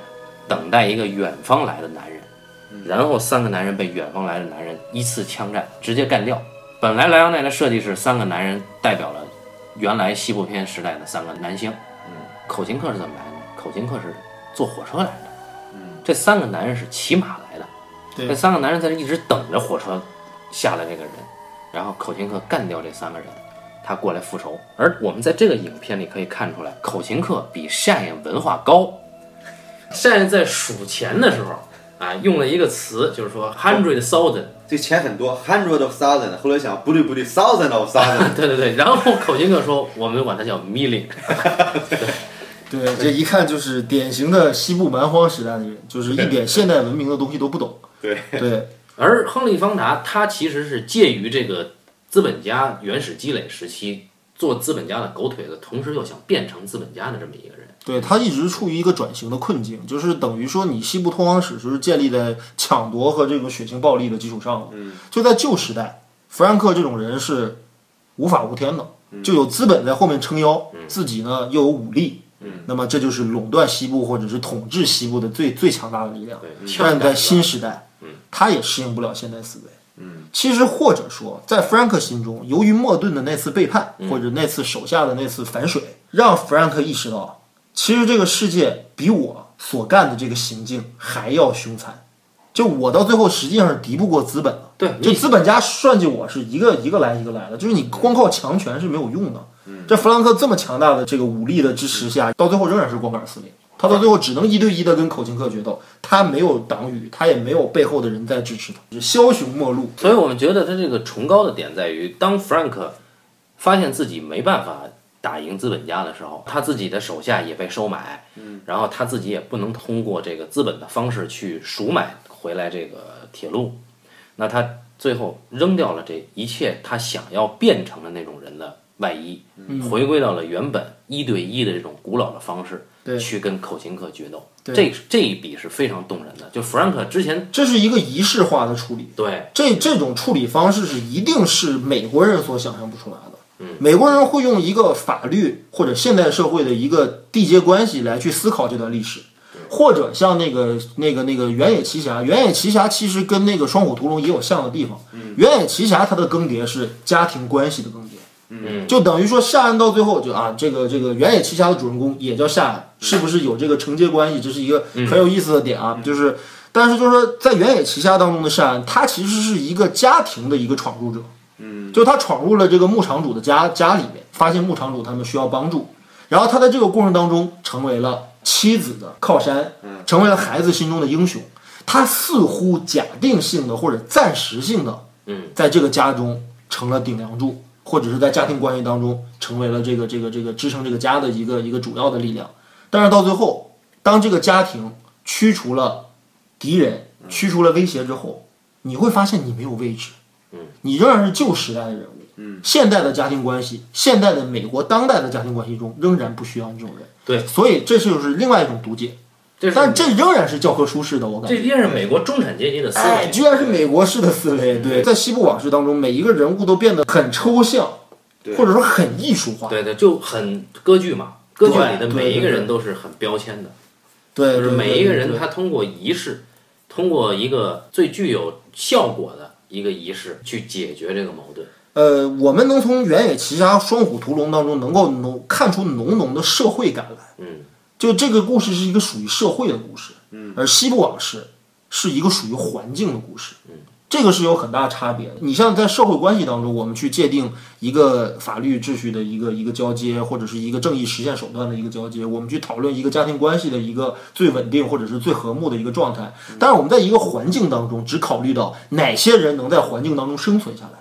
[SPEAKER 1] 等待一个远方来的男人，然后三个男人被远方来的男人依次枪战，直接干掉。本来莱昂内的设计是三个男人代表了原来西部片时代的三个男星。口琴客是怎么来的？口琴客是坐火车来的。这三个男人是骑马来的。
[SPEAKER 3] 对
[SPEAKER 1] 这三个男人在这一直等着火车下来这个人，然后口琴客干掉这三个人，他过来复仇。而我们在这个影片里可以看出来，口琴客比善爷文化高。善爷在数钱的时候啊，用了一个词，就是说 hundred thousand。
[SPEAKER 2] 这钱很多，hundred of thousand，后来想不对不对，thousand of thousand，
[SPEAKER 1] 对对对，然后口琴哥说，我们管它叫 million，对
[SPEAKER 3] 对，这一看就是典型的西部蛮荒时代的人，就是一点现代文明的东西都不懂。
[SPEAKER 2] 对
[SPEAKER 3] 对，
[SPEAKER 1] 而亨利·方达他其实是介于这个资本家原始积累时期做资本家的狗腿子，同时又想变成资本家的这么一个人。
[SPEAKER 3] 对他一直处于一个转型的困境，就是等于说你西部拓荒史就是建立在抢夺和这种血腥暴力的基础上了。嗯，就在旧时代，弗兰克这种人是无法无天的，就有资本在后面撑腰，自己呢又有武力。嗯，那么这就是垄断西部或者是统治西部的最最强大的力量。
[SPEAKER 1] 对，
[SPEAKER 3] 但在新
[SPEAKER 1] 心
[SPEAKER 3] 时代，他也适应不了现代思维。嗯，其实或者说，在弗兰克心中，由于莫顿的那次背叛，或者那次手下的那次反水，让弗兰克意识到，其实这个世界比我所干的这个行径还要凶残。就我到最后实际上是敌不过资本的，
[SPEAKER 1] 对
[SPEAKER 3] 就
[SPEAKER 1] 你
[SPEAKER 3] 资本家算计我是一个一个来一个来的，就是你光靠强权是没有用的。这弗兰克这么强大的这个武力的支持下，到最后仍然是光杆司令，他到最后只能一对一的跟口琴克决斗，他没有党羽，他也没有背后的人在支持他，就是枭雄末路。
[SPEAKER 1] 所以我们觉得他这个崇高的点在于，当 Frank 发现自己没办法打赢资本家的时候，他自己的手下也被收买，嗯，然后他自己也不能通过这个资本的方式去赎买回来这个铁路，那他最后扔掉了这一切他想要变成的那种人的外衣，回归到了原本一对一的这种古老的方式，
[SPEAKER 3] 对
[SPEAKER 1] 去跟口琴克决斗，
[SPEAKER 3] 对
[SPEAKER 1] 这这一笔是非常动人的。就 Frank 之前
[SPEAKER 3] 这是一个仪式化的处理，
[SPEAKER 1] 对
[SPEAKER 3] 这这种处理方式是一定是美国人所想象不出来的。美国人会用一个法律或者现代社会的一个缔结关系来去思考这段历史，或者像那个那个那个《原野奇侠》，《原野奇侠》其实跟那个《双虎屠龙》也有像的地方，《原野奇侠》它的更迭是家庭关系的更迭。
[SPEAKER 1] 嗯，
[SPEAKER 3] 就等于说夏安到最后就啊，这个这个《原野奇侠》的主人公也叫夏安，是不是有这个承接关系？这是一个很有意思的点啊，就是。但是就是说，在《原野奇侠》当中的善安，他其实是一个家庭的一个闯入者，嗯，就他闯入了这个牧场主的家家里面，发现牧场主他们需要帮助，然后他在这个过程当中成为了妻子的靠山，成为了孩子心中的英雄。他似乎假定性的或者暂时性的，
[SPEAKER 1] 嗯，
[SPEAKER 3] 在这个家中成了顶梁柱，或者是在家庭关系当中成为了这个这个这个支撑这个家的一个一个主要的力量。但是到最后，当这个家庭驱除了敌人驱除了威胁之后，你会发现你没有位置，嗯，你仍然是旧时代的人物，嗯，现代的家庭关系，现代的美国当代的家庭关系中仍然不需要你这种人，
[SPEAKER 1] 对
[SPEAKER 3] 所以这是就是另外一种读解，
[SPEAKER 1] 这是
[SPEAKER 3] 但这仍然是教科书式的，我感
[SPEAKER 1] 这
[SPEAKER 3] 觉。
[SPEAKER 1] 依然是美国中产阶级的思
[SPEAKER 3] 哎，
[SPEAKER 1] 维。
[SPEAKER 3] 居然是美国式的思维，对，在西部往事当中，每一个人物都变得很抽象，或者说很艺术化，
[SPEAKER 1] 对对，就很歌剧嘛，歌剧里的
[SPEAKER 3] 对对
[SPEAKER 1] 每一个
[SPEAKER 3] 对
[SPEAKER 1] 人都是很标签的，
[SPEAKER 3] 对，
[SPEAKER 1] 就是
[SPEAKER 3] 对
[SPEAKER 1] 每一个人
[SPEAKER 3] 对
[SPEAKER 1] 他通过仪式，通过一个最具有效果的一个仪式去解决这个矛盾。
[SPEAKER 3] 呃，我们能从《原野奇侠》《双虎屠龙》当中能够浓看出浓浓的社会感来。
[SPEAKER 1] 嗯，
[SPEAKER 3] 就这个故事是一个属于社会的故事，嗯，而《西部往事》是一个属于环境的故事，嗯，这个是有很大差别的。你像在社会关系当中，我们去界定一个法律秩序的一个一个交接，或者是一个正义实现手段的一个交接，我们去讨论一个家庭关系的一个最稳定或者是最和睦的一个状态。但是我们在一个环境当中，只考虑到哪些人能在环境当中生存下来。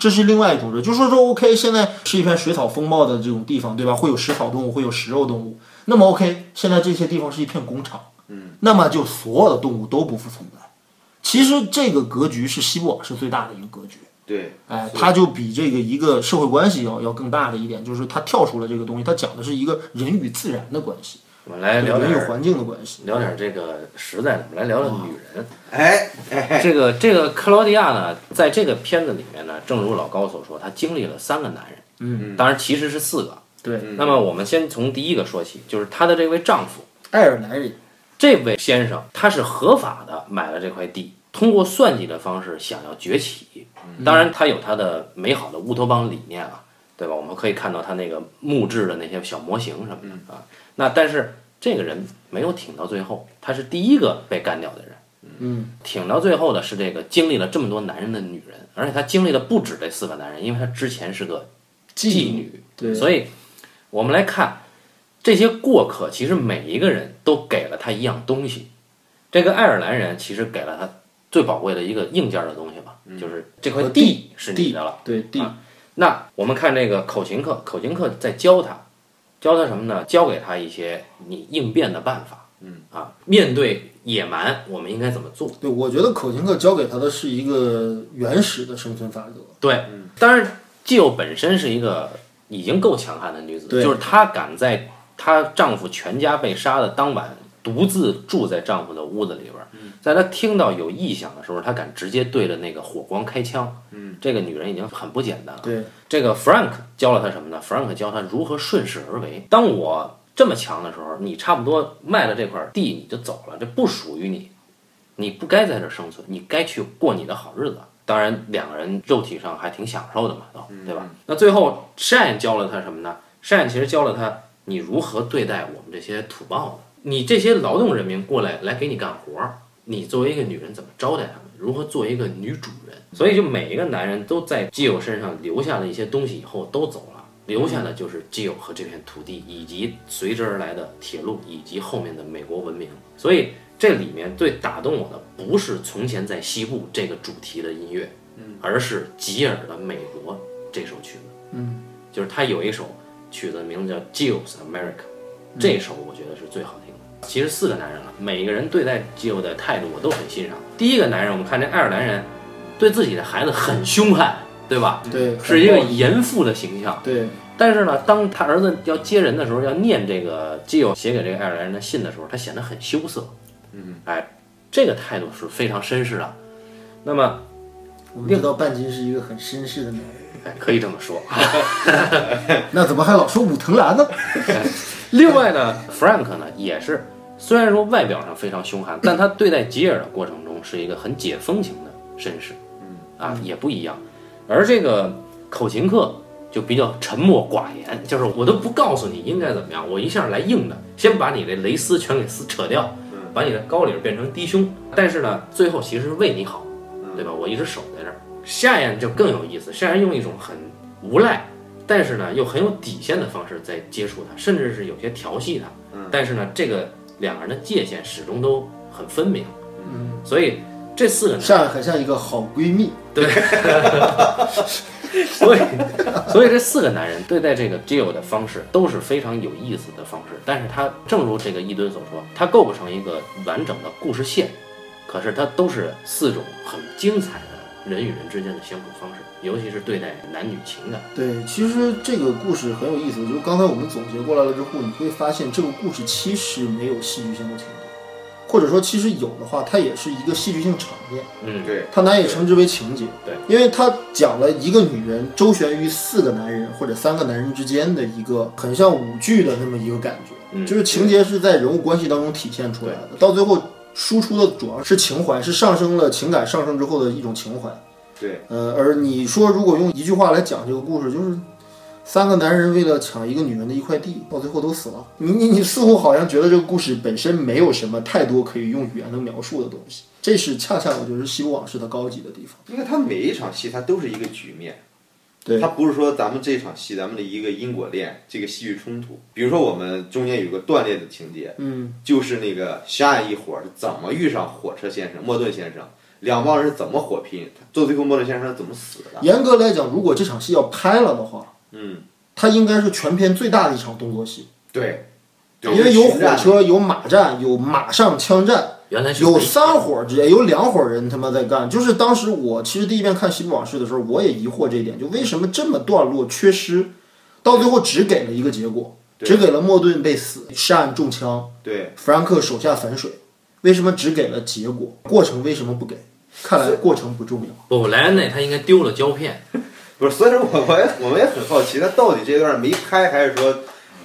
[SPEAKER 3] 这是另外一种人，就说说 OK，现在是一片水草丰茂的这种地方，对吧？会有食草动物，会有食肉动物。那么 OK，现在这些地方是一片工厂，嗯，那么就所有的动物都不复存在。其实这个格局是西部往事最大的一个格局，
[SPEAKER 2] 对，
[SPEAKER 3] 哎，它就比这个一个社会关系要要更大的一点，就是它跳出了这个东西，它讲的是一个人与自然的关系，
[SPEAKER 1] 我们来
[SPEAKER 3] 对
[SPEAKER 1] 聊
[SPEAKER 3] 人
[SPEAKER 1] 点
[SPEAKER 3] 与
[SPEAKER 1] 儿
[SPEAKER 3] 环境的关系。
[SPEAKER 1] 聊点儿这个实在的，我们来聊
[SPEAKER 3] 啊
[SPEAKER 1] 聊女 人。
[SPEAKER 2] 哎哎，
[SPEAKER 1] 这个这个克劳迪亚呢，在这个片子里面呢，正如老高所说，她经历了三个男人，嗯，当然其实是四个。
[SPEAKER 3] 对，
[SPEAKER 1] 那么我们先从第一个说起，就是她的这位丈夫。
[SPEAKER 3] 爱尔兰人，
[SPEAKER 1] 这位先生他是合法的买了这块地，通过算计的方式想要崛起。当然，他有他的美好的乌托邦理念啊，对吧？我们可以看到他那个木质的那些小模型什么的啊。那但是这个人没有挺到最后，他是第一个被干掉的人。
[SPEAKER 3] 嗯，
[SPEAKER 1] 挺到最后的是这个经历了这么多男人的女人，而且她经历了不止这四个男人，因为她之前是个妓女，
[SPEAKER 3] 对，
[SPEAKER 1] 所以我们来看这些过客，其实每一个人都给了他一样东西。这个爱尔兰人其实给了他最宝贵的一个硬件的东西吧，就是这块
[SPEAKER 3] 嗯和
[SPEAKER 1] 地是你
[SPEAKER 3] 地
[SPEAKER 1] 的了。
[SPEAKER 3] 对地，
[SPEAKER 1] 那我们看这个口琴课，口琴课在教他教他什么呢？教给他一些你应变的办法。嗯啊，面对野蛮，我们应该怎么做？
[SPEAKER 3] 对，我觉得口琴课教给他的是一个原始的生存法则。
[SPEAKER 1] 对，当然，基友本身是一个已经够强悍的女子，
[SPEAKER 3] 对
[SPEAKER 1] 就是她敢在她丈夫全家被杀的当晚，独自住在丈夫的屋子里边儿，在她听到有异响的时候，她敢直接对着那个火光开枪。嗯，这个女人已经很不简单了。
[SPEAKER 3] 对，
[SPEAKER 1] 这个 Frank 教了她什么呢？Frank 教她如何顺势而为。当我这么强的时候，你差不多卖了这块地你就走了，这不属于你，你不该在这生存，你该去过你的好日子。当然，两个人肉体上还挺享受的嘛，都对吧？那最后 Shine 教了她什么呢？Shine 其实教了她你如何对待我们这些土豹子，你这些劳动人民过来来给你干活儿，你作为一个女人怎么招待他们，如何做一个女主人。所以，就每一个男人都在基友身上留下了一些东西，以后都走了，留下的就是基友和这片土地，以及随之而来的铁路，以及后面的美国文明。所以，这里面最打动我的不是从前在西部这个主题的音乐，嗯，而是吉尔的《美国》这首曲子。
[SPEAKER 3] 嗯，
[SPEAKER 1] 就是他有一首曲子名字叫《Jill's America》，这首我觉得是最好听的。其实四个男人了，每个人对待 Jill 的态度我都很欣赏。第一个男人，我们看这爱尔兰人对自己的孩子很凶悍，对吧？
[SPEAKER 3] 对，
[SPEAKER 1] 是一个
[SPEAKER 3] 很暴力
[SPEAKER 1] 严父的形象。
[SPEAKER 3] 对
[SPEAKER 1] 但是呢，当他儿子要接人的时候，要念这个基友写给这个爱尔兰人的信的时候，他显得很羞涩。嗯，哎，这个态度是非常绅士的。那么
[SPEAKER 3] 我们知道半斤是一个很绅士的男人，
[SPEAKER 1] 哎，可以这么说。
[SPEAKER 3] 那怎么还老说武藤兰呢？
[SPEAKER 1] 另外呢，Frank 呢也是，虽然说外表上非常凶悍，但他对待吉尔的过程中是一个很解风情的绅士，嗯啊也不一样。而这个口琴课就比较沉默寡言，就是我都不告诉你应该怎么样，我一下来硬的，先把你的蕾丝全给撕扯掉，把你的高领变成低胸，但是呢，最后其实是为你好，对吧？我一直守在这儿。夏燕就更有意思，夏燕用一种很无赖，但是呢又很有底线的方式在接触他，甚至是有些调戏他。
[SPEAKER 3] 嗯
[SPEAKER 1] 但是呢，这个两个人的界限始终都很分明。嗯，所以这四个男，
[SPEAKER 3] 像很像一个好闺蜜。
[SPEAKER 1] 所以所以这四个男人对待这个 Jill 的方式都是非常有意思的方式。但是他正如这个伊敦所说，他构不成一个完整的故事线，可是它都是四种很精彩的人与人之间的相处方式，尤其是对待男女情感。
[SPEAKER 3] 对，其实这个故事很有意思，就是刚才我们总结过来了之后，你会发现这个故事其实没有戏剧性的情节，或者说其实有的话，它也是一个戏剧性场面，
[SPEAKER 1] 嗯，
[SPEAKER 2] 对，
[SPEAKER 3] 它难以称之为情节。
[SPEAKER 1] 对，
[SPEAKER 3] 因为它讲了一个女人周旋于四个男人或者三个男人之间的一个很像舞剧的那么一个感觉，
[SPEAKER 1] 嗯
[SPEAKER 3] 就是情节是在人物关系当中体现出来的，到最后输出的主要是情怀，是上升了情感上升之后的一种情怀。
[SPEAKER 2] 对，
[SPEAKER 3] 呃，而你说如果用一句话来讲这个故事，就是三个男人为了抢一个女人的一块地，到最后都死了。你你你似乎好像觉得这个故事本身没有什么太多可以用语言能描述的东西，这是恰恰我觉得是《西部往事》它高级的地方。
[SPEAKER 2] 因为他每一场戏它都是一个局面，
[SPEAKER 3] 对
[SPEAKER 2] 它不是说咱们这场戏咱们的一个因果链，这个戏剧冲突。比如说我们中间有个断裂的情节，
[SPEAKER 3] 嗯，
[SPEAKER 2] 就是那个夏一伙儿是怎么遇上火车先生、莫顿先生，两帮人是怎么火拼，到最后莫顿先生是怎么死的？
[SPEAKER 3] 严格来讲，如果这场戏要拍了的话，
[SPEAKER 2] 嗯，
[SPEAKER 3] 它应该是全片最大的一场动作戏，
[SPEAKER 2] 对，对
[SPEAKER 3] 因为有
[SPEAKER 2] 群战
[SPEAKER 3] 火车、有马战、有马上枪战，
[SPEAKER 1] 原啊来是
[SPEAKER 3] 有三伙儿之间，有两伙儿人他妈在干。就是当时我其实第一遍看《西部往事》的时候，我也疑惑这一点，就为什么这么段落缺失，到最后只给了一个结果，只给了莫顿被死，善中枪，
[SPEAKER 2] 对，
[SPEAKER 3] 弗兰克手下反水，为什么只给了结果？过程为什么不给？看来过程不重要。
[SPEAKER 1] 不，莱恩内他应该丢了胶片。
[SPEAKER 2] 不是，所以说我我也我们也很好奇，他到底这段没拍，还是说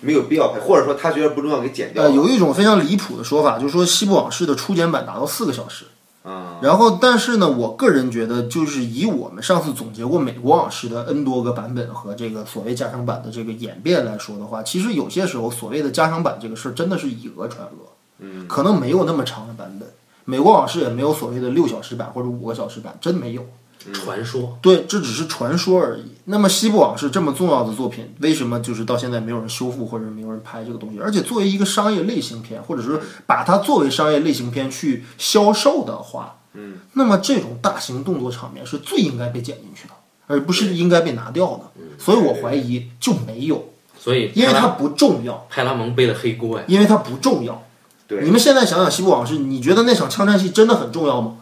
[SPEAKER 2] 没有必要拍，或者说他觉得不重要给剪掉
[SPEAKER 3] 呃，
[SPEAKER 2] 了？
[SPEAKER 3] 有一种非常离谱的说法，就是说《西部往事》的初剪版达到四个小时。
[SPEAKER 2] 嗯，
[SPEAKER 3] 然后，但是呢，我个人觉得，就是以我们上次总结过美国往事的 N 多个版本和这个所谓加长版的这个演变来说的话，其实有些时候所谓的加长版这个事儿真的是以讹传讹，嗯，可能没有那么长的版本，美国往事也没有所谓的六小时版或者五个小时版，真没有。
[SPEAKER 1] 嗯传说，
[SPEAKER 3] 对，这只是传说而已。那么《西部往事》这么重要的作品，为什么就是到现在没有人修复或者没有人拍这个东西？而且作为一个商业类型片，或者是把它作为商业类型片去销售的话，嗯，那么这种大型动作场面是最应该被剪进去的，而不是应该被拿掉的。所以我怀疑就没有。
[SPEAKER 1] 所以
[SPEAKER 3] 因为
[SPEAKER 1] 派拉
[SPEAKER 3] 它不重要，
[SPEAKER 1] 派拉蒙背了黑锅呀。
[SPEAKER 3] 因为它不重要。
[SPEAKER 2] 对
[SPEAKER 3] 你们现在想想西部往事，你觉得那场枪战戏真的很重要吗？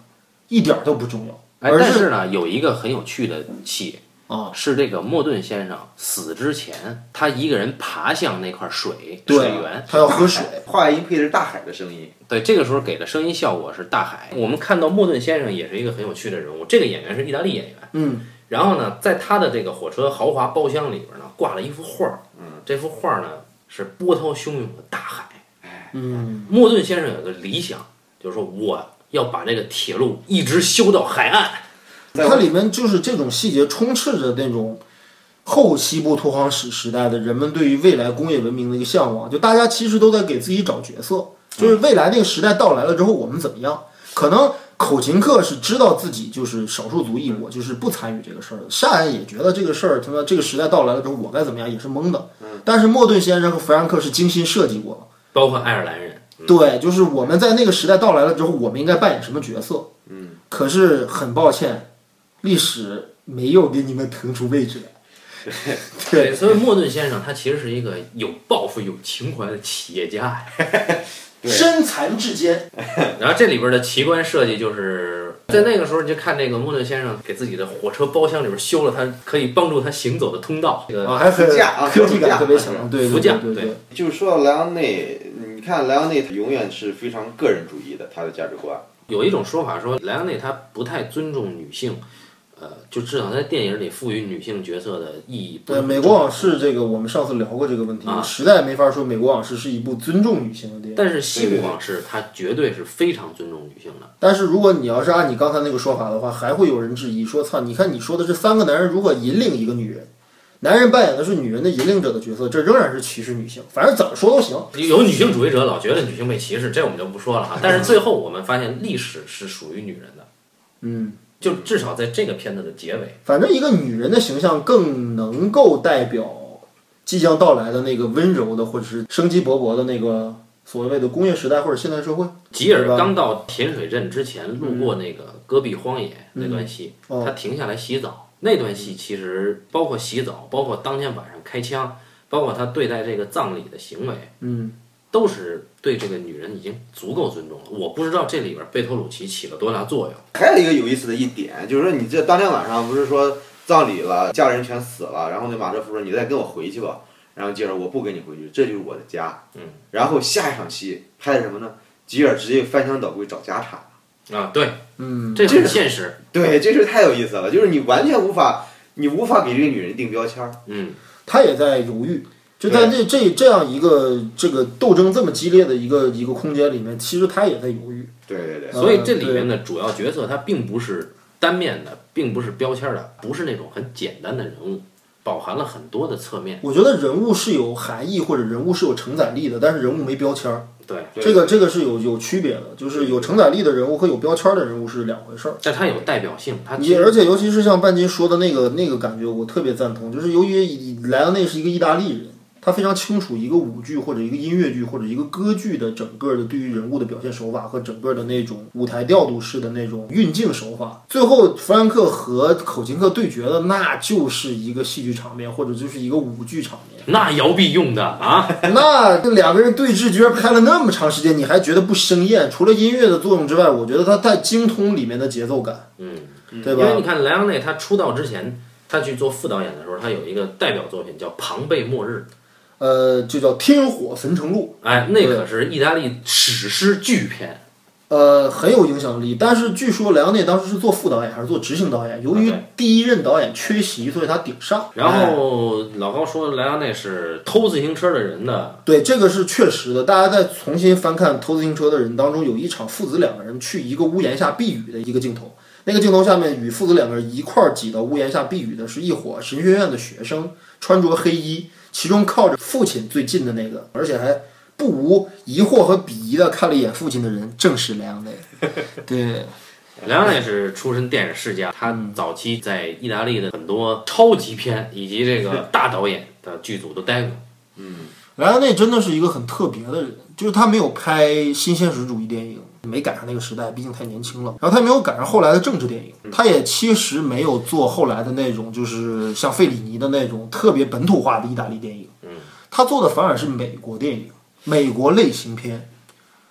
[SPEAKER 3] 一点儿都不重要。
[SPEAKER 1] 哎，
[SPEAKER 3] 而
[SPEAKER 1] 但
[SPEAKER 3] 是
[SPEAKER 1] 是呢，有一个很有趣的戏
[SPEAKER 3] 啊，
[SPEAKER 1] 是这个莫顿先生死之前，他一个人爬向那块水水
[SPEAKER 3] 对
[SPEAKER 1] 源，，
[SPEAKER 3] 他要喝水，
[SPEAKER 2] 话音配的是大海的声音，
[SPEAKER 1] 对，这个时候给的声音效果是大海。我们看到莫顿先生也是一个很有趣的人物，这个演员是意大利演员。
[SPEAKER 3] 嗯，
[SPEAKER 1] 然后呢，在他的这个火车豪华包厢里边呢，挂了一幅画儿。嗯，这幅画儿呢是波涛汹涌的大海。
[SPEAKER 3] 嗯，
[SPEAKER 1] 莫顿先生有个理想，就是说我要把这个铁路一直修到海岸。
[SPEAKER 2] 在
[SPEAKER 3] 它里面就是这种细节充斥着那种后西部拓荒史时代的人们对于未来工业文明的一个向往，就大家其实都在给自己找角色，就是未来那个时代到来了之后，我们怎么样？可能口琴课是知道自己就是少数族裔，我就是不参与这个事儿的。夏恩也觉得这个事儿，他妈这个时代到来了之后，我该怎么样也是懵的。但是莫顿先生和弗兰克是精心设计过的。
[SPEAKER 1] 包括爱尔兰人，
[SPEAKER 3] 对，就是我们在那个时代到来了之后，我们应该扮演什么角色？嗯，可是很抱歉，历史没有给你们腾出位置来。对，
[SPEAKER 1] 所以莫顿先生他其实是一个有抱负、有情怀的企业家呀。
[SPEAKER 2] 对
[SPEAKER 3] 身残志坚。
[SPEAKER 1] 然后这里边的奇观设计就是在那个时候，你就看这个莫顿先生给自己的火车包厢里边修了他可以帮助他行走的通道。这
[SPEAKER 3] 啊，
[SPEAKER 1] 个
[SPEAKER 3] 还很
[SPEAKER 2] 福建啊
[SPEAKER 3] 科技感特别
[SPEAKER 2] 福
[SPEAKER 3] 强，对
[SPEAKER 1] 福
[SPEAKER 3] 对
[SPEAKER 1] 建
[SPEAKER 3] 对
[SPEAKER 1] 对
[SPEAKER 3] 对，
[SPEAKER 2] 就是说到莱昂内，你看莱昂内永远是非常个人主义的，他的价值观。
[SPEAKER 1] 有一种说法说莱昂内他不太尊重女性，呃，就至少在电影里赋予女性角色的意义不是
[SPEAKER 3] 对《
[SPEAKER 1] 很
[SPEAKER 3] 美
[SPEAKER 1] 重
[SPEAKER 3] 国往事》这个我们上次聊过这个问题，
[SPEAKER 1] 啊
[SPEAKER 3] 实在没法说《美国往事》是一部尊重女性的电影。
[SPEAKER 1] 但是西部往事他绝对是非常尊重女性的。
[SPEAKER 3] 但是如果你要是按你刚才那个说法的话，还会有人质疑说：“操，你看你说的这三个男人如果引领一个女人，男人扮演的是女人的引领者的角色，这仍然是歧视女性。反正怎么说都行。
[SPEAKER 1] 有女性主义者老觉得女性被歧视，这我们就不说了哈。但是最后我们发现历史是属于女人的，
[SPEAKER 3] 嗯，
[SPEAKER 1] 就至少在这个片子的结尾，
[SPEAKER 3] 反正一个女人的形象更能够代表即将到来的那个温柔的，或者是生机勃勃的那个所谓的工业时代或者现代社会。
[SPEAKER 1] 吉尔
[SPEAKER 3] 是吧嗯
[SPEAKER 1] 刚到甜水镇之前，路过那个戈壁荒野那段戏，
[SPEAKER 3] 哦
[SPEAKER 1] 他停下来洗澡。那段戏其实包括洗澡，包括当天晚上开枪，包括他对待这个葬礼的行为，
[SPEAKER 3] 嗯，
[SPEAKER 1] 都是对这个女人已经足够尊重了。我不知道这里边贝托鲁奇起了多大作用。
[SPEAKER 2] 还有一个有意思的一点，就是说你这当天晚上不是说葬礼了，家人全死了，然后那马车夫说你再跟我回去吧，然后吉尔我不跟你回去，这就是我的家。
[SPEAKER 1] 嗯，
[SPEAKER 2] 然后下一场戏拍的什么呢？吉尔直接翻箱倒柜找家产。
[SPEAKER 1] 啊，对，
[SPEAKER 3] 嗯，
[SPEAKER 1] 这
[SPEAKER 2] 这
[SPEAKER 1] 很
[SPEAKER 2] 是
[SPEAKER 1] 现实。
[SPEAKER 2] 对，这事太有意思了，就是你完全无法，你无法给这个女人定标签儿。
[SPEAKER 1] 嗯，
[SPEAKER 3] 她也在犹豫。就在这这这样一个这个斗争这么激烈的一个一个空间里面，其实她也在犹豫。
[SPEAKER 2] 对对对，
[SPEAKER 1] 所以这
[SPEAKER 3] 嗯
[SPEAKER 1] 里面的主要角色他并不是单面的，并不是标签的，不是那种很简单的人物，饱含了很多的侧面。
[SPEAKER 3] 我觉得人物是有含义或者人物是有承载力的，但是人物没标签儿，
[SPEAKER 1] 对，
[SPEAKER 2] 对
[SPEAKER 3] 这个这个是有有区别的，就是有承载力的人物和有标签儿的人物是两回事儿。
[SPEAKER 1] 但他有代表性，他
[SPEAKER 3] 你而且尤其是像半斤说的那个那个感觉，我特别赞同，就是由于莱昂内是一个意大利人，他非常清楚一个舞剧或者一个音乐剧或者一个歌剧的整个的对于人物的表现手法和整个的那种舞台调度式的那种运镜手法。最后弗兰克和口琴克对决的，那就是一个戏剧场面或者就是一个舞剧场面。
[SPEAKER 1] 那摇臂用的啊，
[SPEAKER 3] 那这两个人对峙，居然拍了那么长时间，你还觉得不生厌？除了音乐的作用之外，我觉得他太精通里面的节奏感，
[SPEAKER 1] 嗯，
[SPEAKER 3] 对
[SPEAKER 1] 因为
[SPEAKER 3] 吧
[SPEAKER 1] 你？看莱昂内他出道之前，他去做副导演的时候，他有一个代表作品叫《庞贝末日
[SPEAKER 3] 呃，就叫《天火焚城录》，》，
[SPEAKER 1] 哎，那可是意大利史诗巨片，
[SPEAKER 3] 呃，很有影响力。但是据说莱昂内当时是做副导演还是做执行导演？由于
[SPEAKER 1] 啊对
[SPEAKER 3] 第一任导演缺席，所以他顶上。
[SPEAKER 1] 然
[SPEAKER 3] 哎
[SPEAKER 1] 后老高说莱昂内是偷自行车的人的，
[SPEAKER 3] 对，这个是确实的。大家再重新翻看《偷自行车的人》当中，有一场父子两个人去一个屋檐下避雨的一个镜头。那个镜头下面，与父子两个人一块儿挤到屋檐下避雨的是一伙神学院的学生，穿着黑衣，其中靠着父亲最近的那个，而且还不无疑惑和鄙夷的看了一眼父亲的人，正是莱昂内。对，
[SPEAKER 1] 莱昂内是出身电影世家，他
[SPEAKER 3] 嗯
[SPEAKER 1] 早期在意大利的很多超级片以及这 个大导演的剧组都待过。
[SPEAKER 3] 莱昂内真的是一个很特别的人，就是他没有拍新现实主义电影，没赶上那个时代，毕竟太年轻了。然后他没有赶上后来的政治电影，他也其实没有做后来的那种，就是像费里尼的那种特别本土化的意大利电影。嗯，他做的反而是美国电影，美国类型片。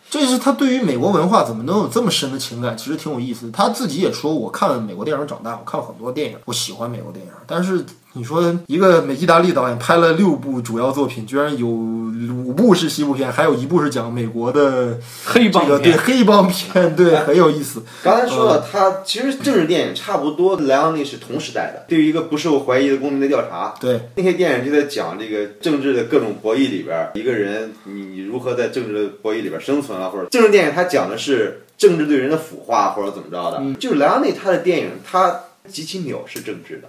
[SPEAKER 3] 这是他对于美国文化怎么能有这么深的情感，其实挺有意思的。他自己也说，我看美国电影长大，我看很多电影，我喜欢美国电影。但是你说一个美意大利导演拍了六部主要作品，居然有五部是西部片，还有一部是讲美国的
[SPEAKER 1] 黑
[SPEAKER 3] 这
[SPEAKER 1] 帮
[SPEAKER 3] 个对
[SPEAKER 1] 片，
[SPEAKER 3] 黑帮片，对很有意思。
[SPEAKER 2] 刚才说了，他其实政治电影差不多，莱昂内是同时代的。对于一个不受怀疑的公民的调查，
[SPEAKER 3] 对
[SPEAKER 2] 那些电影就在讲这个政治的各种博弈里边儿，一个人你你如何在政治的博弈里边儿生存啊，或者政治电影它讲的是政治对人的腐化或者怎么着的。就是莱昂内他的电影，他极其鸟是政治的。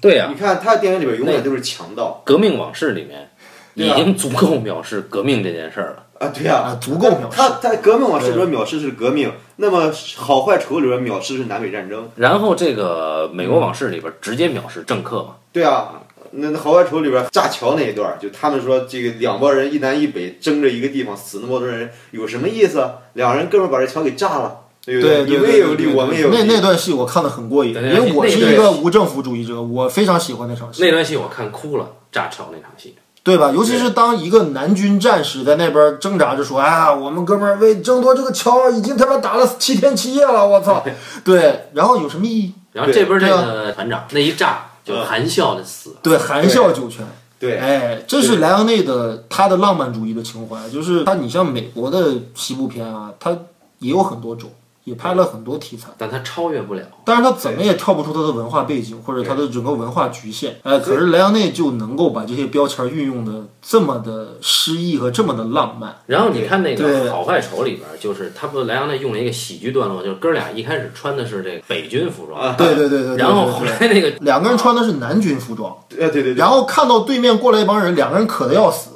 [SPEAKER 1] 对呀、
[SPEAKER 3] 啊
[SPEAKER 2] 你看他的电影里边永远都是强盗
[SPEAKER 1] 革命往事》里面
[SPEAKER 2] 对
[SPEAKER 1] 已
[SPEAKER 2] 啊
[SPEAKER 1] 经足够藐视革命这件事儿了。
[SPEAKER 2] 啊，对呀、
[SPEAKER 3] 啊，足够藐视。
[SPEAKER 2] 他在《革命往事》里边藐视是革命，那么好坏丑恶里边藐视是南北战争，
[SPEAKER 1] 然后这个《美国往事》里边直接藐视政客嘛，
[SPEAKER 2] 对啊。那那好坏丑里边炸桥那一段儿，就他们说这个两拨人一南一北争着一个地方，死那么多人有什么意思啊？两人哥们儿把这桥给炸了，对不
[SPEAKER 3] 对，
[SPEAKER 2] 你
[SPEAKER 3] 对
[SPEAKER 2] 们
[SPEAKER 3] 对
[SPEAKER 2] 也有
[SPEAKER 3] 对
[SPEAKER 2] 利，
[SPEAKER 3] 对
[SPEAKER 2] 我们也有
[SPEAKER 3] 那那
[SPEAKER 2] 利。
[SPEAKER 3] 段戏我看的很过瘾，因
[SPEAKER 1] 对对
[SPEAKER 3] 为我
[SPEAKER 1] 那
[SPEAKER 3] 是
[SPEAKER 1] 段
[SPEAKER 3] 一个无政府主义者，我非常喜欢那场戏，
[SPEAKER 1] 嗯那段戏我看哭了，炸桥那场戏。
[SPEAKER 3] 对吧？尤其是当一个南军战士在那边挣扎着说：“啊，我们哥们儿为争夺这个桥，已经他妈打了七天七夜了，我操！”对，然后有什么意义？
[SPEAKER 1] 然后
[SPEAKER 2] 对
[SPEAKER 1] 这边这
[SPEAKER 3] 对啊
[SPEAKER 1] 个团长那一炸就含笑的死了，
[SPEAKER 3] 对，含笑九泉。
[SPEAKER 2] 对，
[SPEAKER 3] 哎，这是莱昂内的他的浪漫主义的情怀，就是他，你像美国的西部片啊，他也有很多种，也拍了很多题材。
[SPEAKER 1] 但他超越不了。
[SPEAKER 3] 但是他怎么也跳不出他的文化背景或者他的整个文化局限。哎，可是莱昂内就能够把这些标签运用的这么的诗意和这么的浪漫。
[SPEAKER 1] 然后你看那个
[SPEAKER 3] 对
[SPEAKER 1] 《好坏丑》里边，就是他不莱昂内用了一个喜剧段落，就是哥俩一开始穿的是这个北军服装，
[SPEAKER 3] 对对啊对对对。
[SPEAKER 1] 然后
[SPEAKER 3] 对
[SPEAKER 1] 后
[SPEAKER 3] 对
[SPEAKER 1] 来那个
[SPEAKER 3] 两个人穿的是南军服装，
[SPEAKER 2] 哎对对对对
[SPEAKER 3] 然后看到对面过来一帮人，两个人渴的要死。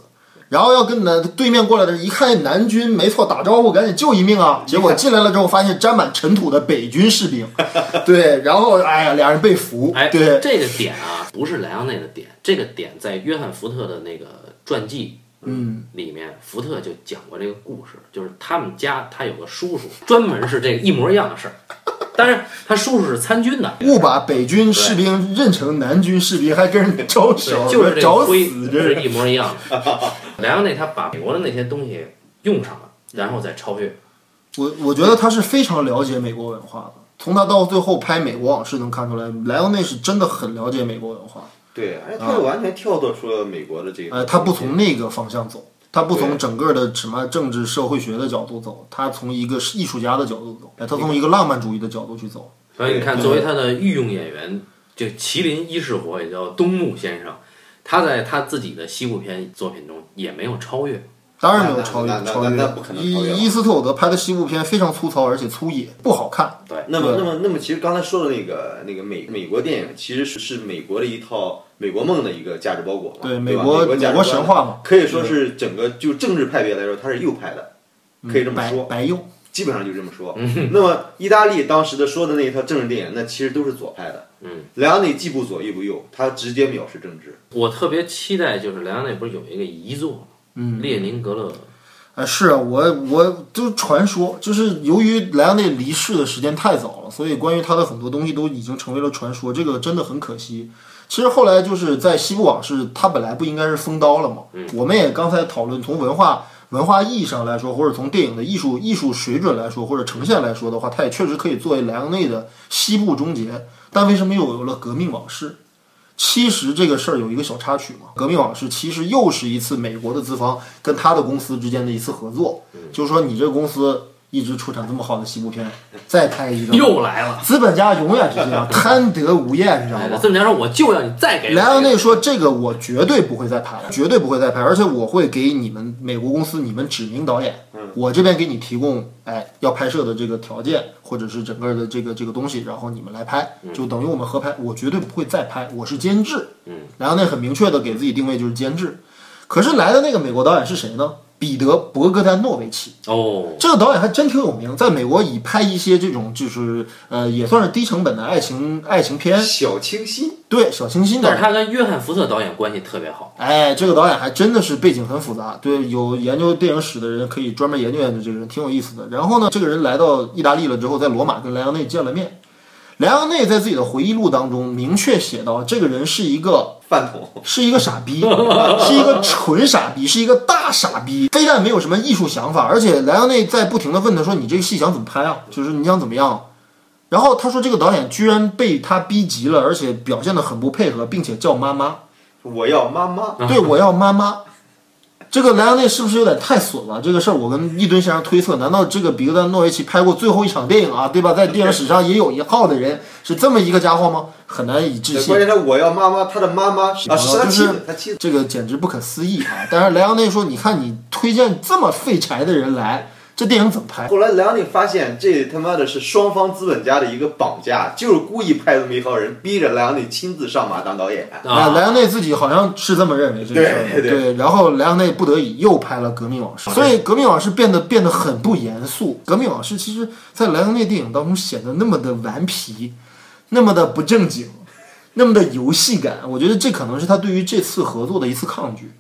[SPEAKER 3] 然后要跟南对面过来的人一看南军，没错，打招呼赶紧救一命啊！结果进来了之后，发现沾满尘土的北军士 兵，对，然后哎呀，俩人被俘，
[SPEAKER 1] 哎，
[SPEAKER 3] 对，
[SPEAKER 1] 这个点啊，不是莱昂内的点，这个点在约翰福特的那个传记。嗯，里面福特就讲过这个故事，就是他们家他有个叔叔，专门是这个一模一样的事儿，但是他叔叔是参军的，
[SPEAKER 3] 误把北军士兵认成南军士兵，还跟人招手，
[SPEAKER 1] 对，就是这
[SPEAKER 3] 找
[SPEAKER 1] 个
[SPEAKER 3] 死
[SPEAKER 1] 灰嗯
[SPEAKER 3] 这
[SPEAKER 1] 是一模一样的。莱昂内他把美国的那些东西用上了，然后再超越。
[SPEAKER 3] 我我觉得他是非常了解美国文化的，从他到最后拍《美国往事》能看出来，莱昂内是真的很了解美国文化。
[SPEAKER 2] 对，而且他完全跳脱出了美国的这个。
[SPEAKER 3] 啊呃，他不从那个方向走，他不从
[SPEAKER 2] 对
[SPEAKER 3] 整个的什么政治社会学的角度走，他从一个艺术家的角度走，哎，他从一个浪漫主义的角度去走。
[SPEAKER 1] 所以你看，
[SPEAKER 2] 对
[SPEAKER 1] 作为他的御用演员，就麒麟一世活也叫东木先生，他在他自己的西部片作品中也没有超越。
[SPEAKER 3] 当然没有超
[SPEAKER 2] 那
[SPEAKER 3] 越，
[SPEAKER 2] 那
[SPEAKER 3] 超
[SPEAKER 2] 那那
[SPEAKER 3] 越
[SPEAKER 2] 不可。能超越了
[SPEAKER 3] 伊伊斯特伍德拍的西部片非常粗糙，而且粗野，不好看。
[SPEAKER 2] 那么，
[SPEAKER 3] 对
[SPEAKER 2] 那么，那么，其实刚才说的那个那个美美国电影，其实是是美国的一套美国梦的一个价值包裹嘛，
[SPEAKER 3] 对
[SPEAKER 2] 对吧，
[SPEAKER 3] 美
[SPEAKER 2] 美
[SPEAKER 3] 国
[SPEAKER 2] 价
[SPEAKER 3] 美
[SPEAKER 2] 值
[SPEAKER 3] 国
[SPEAKER 2] 观
[SPEAKER 3] 神话嘛，
[SPEAKER 2] 可以说是整个就政治派别来说，它是右派的，可以这么
[SPEAKER 3] 白
[SPEAKER 2] 说，
[SPEAKER 3] 白右。
[SPEAKER 2] 基本上就这么说。那么意大利当时的说的那一套政治电影，那其实都是左派的。
[SPEAKER 1] 嗯，
[SPEAKER 2] 莱昂内既不左亦不右，他直接藐视政治。
[SPEAKER 1] 我特别期待，就是莱昂内不是有一个遗作吗？
[SPEAKER 3] 嗯
[SPEAKER 1] 列宁格勒
[SPEAKER 3] 啊，是啊，我我就传说，就是由于莱昂内离世的时间太早了，所以关于他的很多东西都已经成为了传说，这个真的很可惜。其实后来就是在《西部往事》，他本来不应该是封刀了吗？我们也刚才讨论，从文化文化意义上来说，或者从电影的艺术艺术水准来说，或者呈现来说的话，它也确实可以作为莱昂内的西部终结。但为什么又有了《革命往事》？其实这个事儿有一个小插曲嘛，《革命往事》其实又是一次美国的资方跟他的公司之间的一次合作，就是说你这个公司一直出产这么好的西部片，再拍一个，
[SPEAKER 1] 又来了。
[SPEAKER 3] 资本家永远是这样，贪得无厌，你知道
[SPEAKER 1] 哎
[SPEAKER 3] 吗？
[SPEAKER 1] 这么讲说，我就要你再给我一个
[SPEAKER 3] 莱昂内说：“这个我绝对不会再拍了，绝对不会再拍，而且我会给你们美国公司你们指名导演，
[SPEAKER 1] 嗯
[SPEAKER 3] 我这边给你提供，哎，要拍摄的这个条件或者是整个的这个这个东西，然后你们来拍，
[SPEAKER 1] 嗯
[SPEAKER 3] 就等于我们合拍，我绝对不会再拍，我是监制。”
[SPEAKER 1] 嗯
[SPEAKER 3] 莱昂内很明确的给自己定位就是监制，可是来的那个美国导演是谁呢？彼得·伯格丹诺维奇。
[SPEAKER 1] 哦，
[SPEAKER 3] 这个导演还真挺有名，在美国以拍一些这种就是呃也算是低成本的爱情爱情片，
[SPEAKER 2] 小清新，
[SPEAKER 3] 对小清新的
[SPEAKER 1] 但是。他跟约翰福特导演关系特别好。
[SPEAKER 3] 哎，这个导演还真的是背景很复杂，对，有研究电影史的人可以专门研究研究这个人，挺有意思的。然后呢，这个人来到意大利了之后，在罗马跟莱昂内见了面，莱昂内在自己的回忆录当中明确写到，这个人是一个
[SPEAKER 2] 饭桶，
[SPEAKER 3] 是一个傻逼，是一个纯傻逼，是一个大傻逼。非但没有什么艺术想法，而且莱昂内在不停的问他说：“你这个戏想怎么拍啊？就是你想怎么样？”然后他说：“这个导演居然被他逼急了，而且表现得很不配合，并且叫妈妈。
[SPEAKER 2] 我要妈妈，
[SPEAKER 3] 对我要妈妈。”这个莱昂内是不是有点太损了？这个事儿我跟一吨先生推测，难道这个彼得·诺维奇拍过最后一场电影啊，对吧？在电影史上也有一号的人是这么一个家伙吗？很难以置信。
[SPEAKER 2] 关键他我要妈妈，他的妈妈是啊，是他
[SPEAKER 3] 就
[SPEAKER 2] 妻
[SPEAKER 3] 是
[SPEAKER 2] 子，他妻子
[SPEAKER 3] 这个简直不可思议啊！但是莱昂内说：“你看你推荐这么废柴的人来，这电影怎么拍啊
[SPEAKER 2] 后来莱昂内发现，这他妈的是双方资本家的一个绑架，就是故意派这么一号人，逼着莱昂内亲自上马当导演。？”
[SPEAKER 3] 啊，
[SPEAKER 1] 啊，
[SPEAKER 3] 莱昂内自己好像是这么认为这个事儿的，
[SPEAKER 2] 对对
[SPEAKER 3] 然后莱昂内不得已又拍了《革命往事》，所以《革命往事》变得变得很不严肃，《革命往事》其实在莱昂内电影当中显得那么的顽皮，那么的不正经，那么的游戏感，我觉得这可能是他对于这次合作的一次抗拒。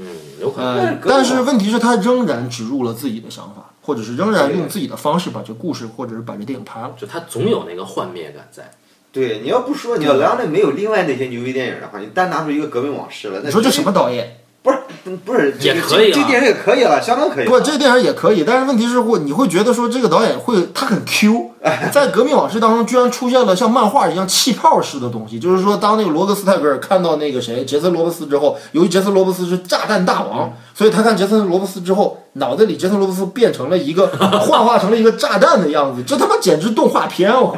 [SPEAKER 1] 嗯，有可能。
[SPEAKER 2] 但是
[SPEAKER 3] 呃，
[SPEAKER 2] 格
[SPEAKER 3] 但
[SPEAKER 2] 鲁
[SPEAKER 3] 是问题是，他仍然植入了自己的想法，或者是仍然用自己的方式把这故事，或者是把这电影拍了。
[SPEAKER 1] 就他总有那个幻灭感在，
[SPEAKER 2] 对，你要不说，你要莱昂内没有另外那些牛逼电影的话，你单拿出一个《革命往事》来，那
[SPEAKER 3] 你说这
[SPEAKER 2] 绝对
[SPEAKER 3] 什么导演？
[SPEAKER 2] 不是不是
[SPEAKER 1] 也
[SPEAKER 2] 这个
[SPEAKER 1] 可以啊
[SPEAKER 2] 这这电影也可以了，相当可以了。
[SPEAKER 3] 不，这电影也可以，但是问题是会，你会觉得说这个导演会他很 Q，在《革命往事》当中居然出现了像漫画一样气泡式的东西，就是说当那个罗格斯泰格尔看到那个谁杰森罗伯斯之后，由于杰森罗伯斯是炸弹大王，所以他看杰森罗伯斯之后，脑袋里杰森罗伯斯变成了一个幻化成了一个炸弹的样子，这他妈简直动画片哦！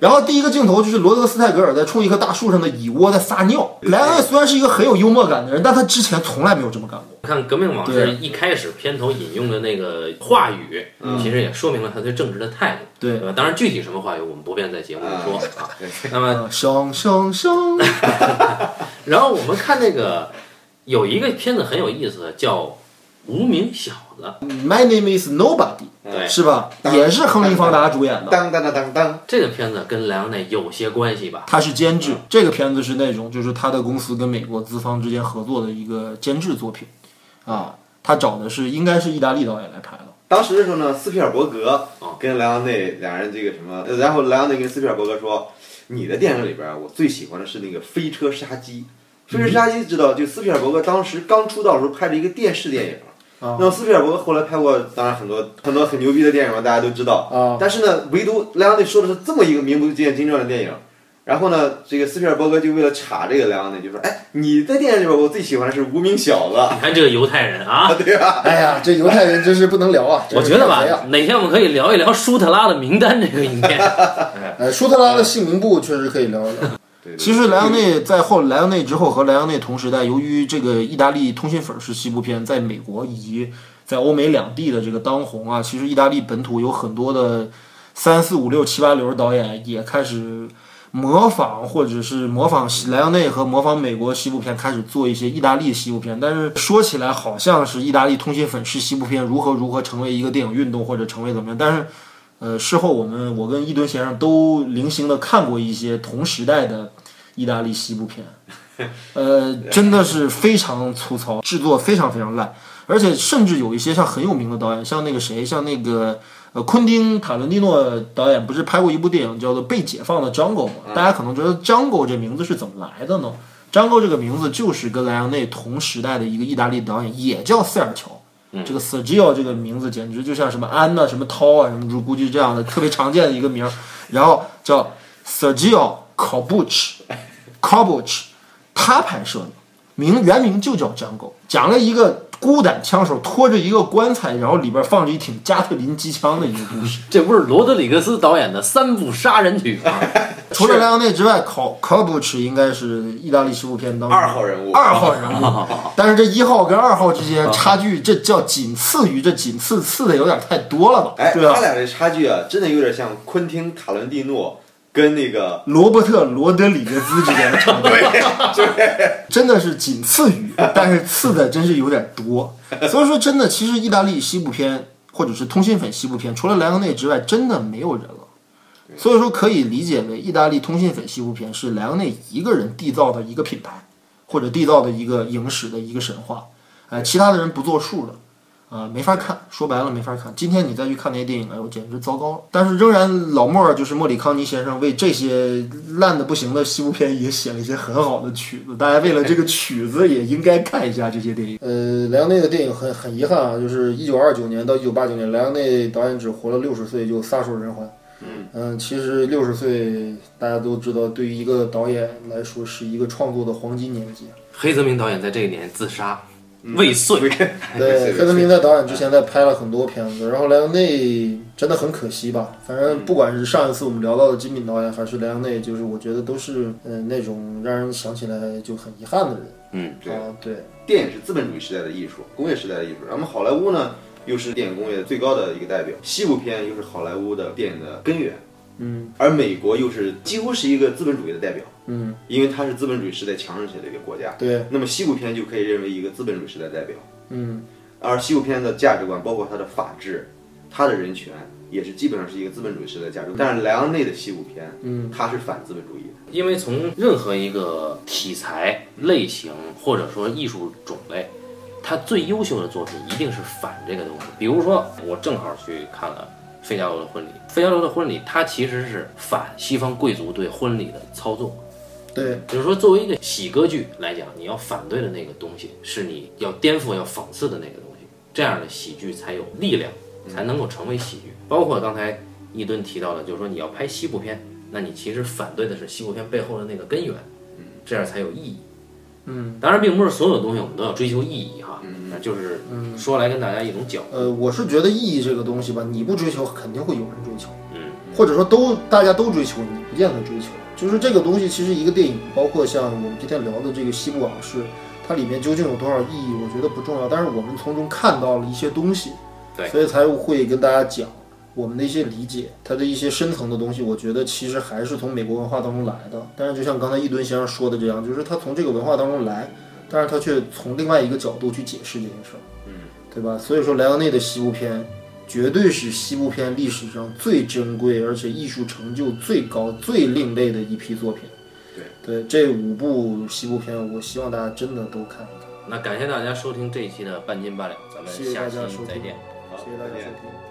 [SPEAKER 3] 然后第一个镜头就是罗德斯泰格尔在冲一棵大树上的蚁窝在撒尿。莱昂内虽然是一个很有幽默感的人，但他之前从来没有这么干过。
[SPEAKER 1] 看《革命往事
[SPEAKER 3] 对》
[SPEAKER 1] 一开始片头引用的那个话语，其实也说明了他对政治的态度，
[SPEAKER 3] 嗯对
[SPEAKER 1] 吧？当然，具体什么话语我们不便在节目里说啊。那么，
[SPEAKER 3] 呃，生生生，
[SPEAKER 1] 然后我们看那个有一个片子很有意思，叫《无名小子》，
[SPEAKER 3] My name is nobody，
[SPEAKER 1] 对
[SPEAKER 3] 是吧？
[SPEAKER 2] 当
[SPEAKER 3] 也是亨利·方达主演的，
[SPEAKER 2] 当当当当当，
[SPEAKER 1] 这个片子跟莱昂内有些关系吧？
[SPEAKER 3] 他是监制。这个片子是那种就是他的公司跟美国资方之间合作的一个监制作品，啊，他找的是应该是意大利导演来拍的。
[SPEAKER 2] 当时的时候呢，斯皮尔伯
[SPEAKER 3] 啊
[SPEAKER 2] 格
[SPEAKER 1] 哦
[SPEAKER 2] 跟莱昂内俩人这个什么，呃然后莱昂内跟斯皮尔伯格说，你的电影里边儿我最喜欢的是那个《飞车杀机》。
[SPEAKER 3] 嗯
[SPEAKER 2] 《飞车杀机》知道，就斯皮尔伯格当时刚出道的时候拍了一个电视电影。
[SPEAKER 3] 啊
[SPEAKER 2] 那么斯皮尔伯格后来拍过，当然很多很多很牛逼的电影嘛，大家都知道。
[SPEAKER 3] 啊
[SPEAKER 2] 但是呢，唯独莱昂内说的是这么一个名不见经传的电影。然后呢，这个斯皮尔伯格就为了查这个莱昂内，就说：“哎，你在电影里边，我最喜欢的是《无名小子》。”
[SPEAKER 1] 你看这个犹太人啊，
[SPEAKER 3] 哎呀，这犹太人真是不能聊啊！
[SPEAKER 1] 我觉得
[SPEAKER 3] 真是太肥啊
[SPEAKER 1] 吧，哪天我们可以聊一聊舒特拉的名单这个影片。
[SPEAKER 3] 呃，舒特拉的姓名簿确实可以聊一聊。
[SPEAKER 2] 对对
[SPEAKER 3] 其实莱昂内在后莱昂内之后和莱昂内同时代，由于这个意大利通讯粉是西部片，在美国以及在欧美两地的这个当红啊，其实意大利本土有很多的三四五六七八流的导演也开始模仿，或者是模仿西莱昂内和模仿美国西部片，开始做一些意大利西部片。但是说起来好像是意大利通讯粉是西部片如何如何成为一个电影运动或者成为怎么样，但是。呃，事后我们我跟伊顿先生都零星的看过一些同时代的意大利西部片，呃，真的是非常粗糙，制作非常非常烂，而且甚至有一些像很有名的导演，像那个谁，像那个呃昆汀塔伦蒂诺导演，不是拍过一部电影叫做《被解放的 Django》吗？大家可能觉得 Django 这名字是怎么来的呢？Django 这个名字就是跟莱昂内同时代的一个意大利导演，也叫塞尔乔。这个 Sergio 这个名字简直就像什么安呐、什么涛啊、什么如估计这样的特别常见的一个名儿，然后叫 Sergio c o b u c h c o b u c h 他拍摄的，名原名就叫《张狗》，讲了一个孤胆枪手拖着一个棺材，然后里边放着一挺加特林机枪的一个故 事。
[SPEAKER 1] 这不是罗德里格斯导演的三部杀人曲吗？
[SPEAKER 3] 除了莱昂内之外，考考布奇应该是意大利西部片当中
[SPEAKER 2] 二号人物
[SPEAKER 3] 二号人物。但是这一号跟二号之间差距，这叫仅次于这仅次次的有点太多了吧？
[SPEAKER 2] 哎，
[SPEAKER 3] 对吧啊
[SPEAKER 2] 他？俩这差距啊，真的有点像昆汀·塔伦蒂诺跟那个
[SPEAKER 3] 罗伯特·罗德里格兹之间的差距，真的是仅次于，但是次的真是有点多。所以说，真的，其实意大利西部片或者是通心粉西部片，除了莱昂内之外，真的没有人了。所以说，可以理解为意大利通心粉西部片是莱昂内一个人缔造的一个呃品牌，或者缔造的一个影史的一个神话。哎，其他的人不作数了。啊、没法看。说白了，没法看。今天你再去看那些电影，哎呦，简直糟糕了。但是仍然，老莫儿就是莫里康尼先生为这些烂的不行的西部片也写了一些很好的曲子。大家为了这个曲子，也应该看一下这些电影。呃，莱昂内的电影很很遗憾啊，就是一九二九年到一九八九年，莱昂内导演只活了六十岁就撒手人寰。嗯，其实六十岁大家都知道，对于一个导演来说是一个创作的黄金年纪。
[SPEAKER 1] 黑泽明导演在这一年自杀未遂，
[SPEAKER 3] 对，黑泽明在导演之前在拍了很多片子，然后莱昂内真的很可惜吧。反正不管是上一次我们聊到的金敏导演，还是莱昂内，就是我觉得都是嗯、呃那种让人想起来就很遗憾的人。
[SPEAKER 1] 嗯，
[SPEAKER 2] 对
[SPEAKER 3] 啊，对，
[SPEAKER 2] 电影是资本主义时代的艺术，工业时代的艺术。那么好莱坞呢，又是电影工业最高的一个代表，西部片又是好莱坞的电影的根源。嗯，而美国又是几乎是一个资本主义的代表。嗯，因为它是资本主义时代强盛起来的一个国家。
[SPEAKER 3] 对，
[SPEAKER 2] 那么西部片就可以认为一个资本主义时代代表。
[SPEAKER 3] 嗯，
[SPEAKER 2] 而西部片的价值观，包括它的法治、它的人权，也是基本上是一个资本主义时代的价值观。但是莱昂内的西部片，嗯，它是反资本主义的。
[SPEAKER 1] 因为从任何一个题材类型或者说艺术种类，它最优秀的作品一定是反这个东西。比如说，我正好去看了《费加罗的婚礼》，《费加罗的婚礼》它其实是反西方贵族对婚礼的操纵。
[SPEAKER 3] 对，
[SPEAKER 1] 就是说，作为一个喜歌剧来讲，你要反对的那个东西是你要颠覆、要讽刺的那个东西，这样的喜剧才有力量，才能够成为喜剧。包括刚才一吨提到的，就是说你要拍西部片，那你其实反对的是西部片背后的那个根源，这样才有意义。嗯，当然，并不是所有东西我们都要追求意义哈，
[SPEAKER 3] 嗯
[SPEAKER 1] 那就是说来跟大家一种角
[SPEAKER 3] 呃，我是觉得意义这个东西吧，你不追求，肯定会有人追求。嗯，或者说都大家都追求，你不见得追求。就是这个东西，其实一个电影，包括像我们今天聊的这个《西部往事》，它里面究竟有多少意义，我觉得不重要。但是我们从中看到了一些东西，
[SPEAKER 1] 对
[SPEAKER 3] 所以才会跟大家讲我们的一些理解，它的一些深层的东西，我觉得其实还是从美国文化当中来的。但是就像刚才一吨先生说的这样，就是他从这个文化当中来，但是他却从另外一个角度去解释这件事儿。对吧？所以说，莱昂内的西部片绝对是西部片历史上最珍贵，而且艺术成就最高、最另类的一批作品。对，这五部西部片，我希望大家真的都看一看。
[SPEAKER 1] 那感谢大家收听这一期的半斤八两，咱们
[SPEAKER 3] 谢谢
[SPEAKER 1] 下
[SPEAKER 3] 大
[SPEAKER 1] 期
[SPEAKER 3] 家收
[SPEAKER 1] 再
[SPEAKER 3] 听
[SPEAKER 1] 见。
[SPEAKER 2] 好
[SPEAKER 3] 谢谢大家
[SPEAKER 2] 再
[SPEAKER 3] 收
[SPEAKER 2] 见
[SPEAKER 3] 听。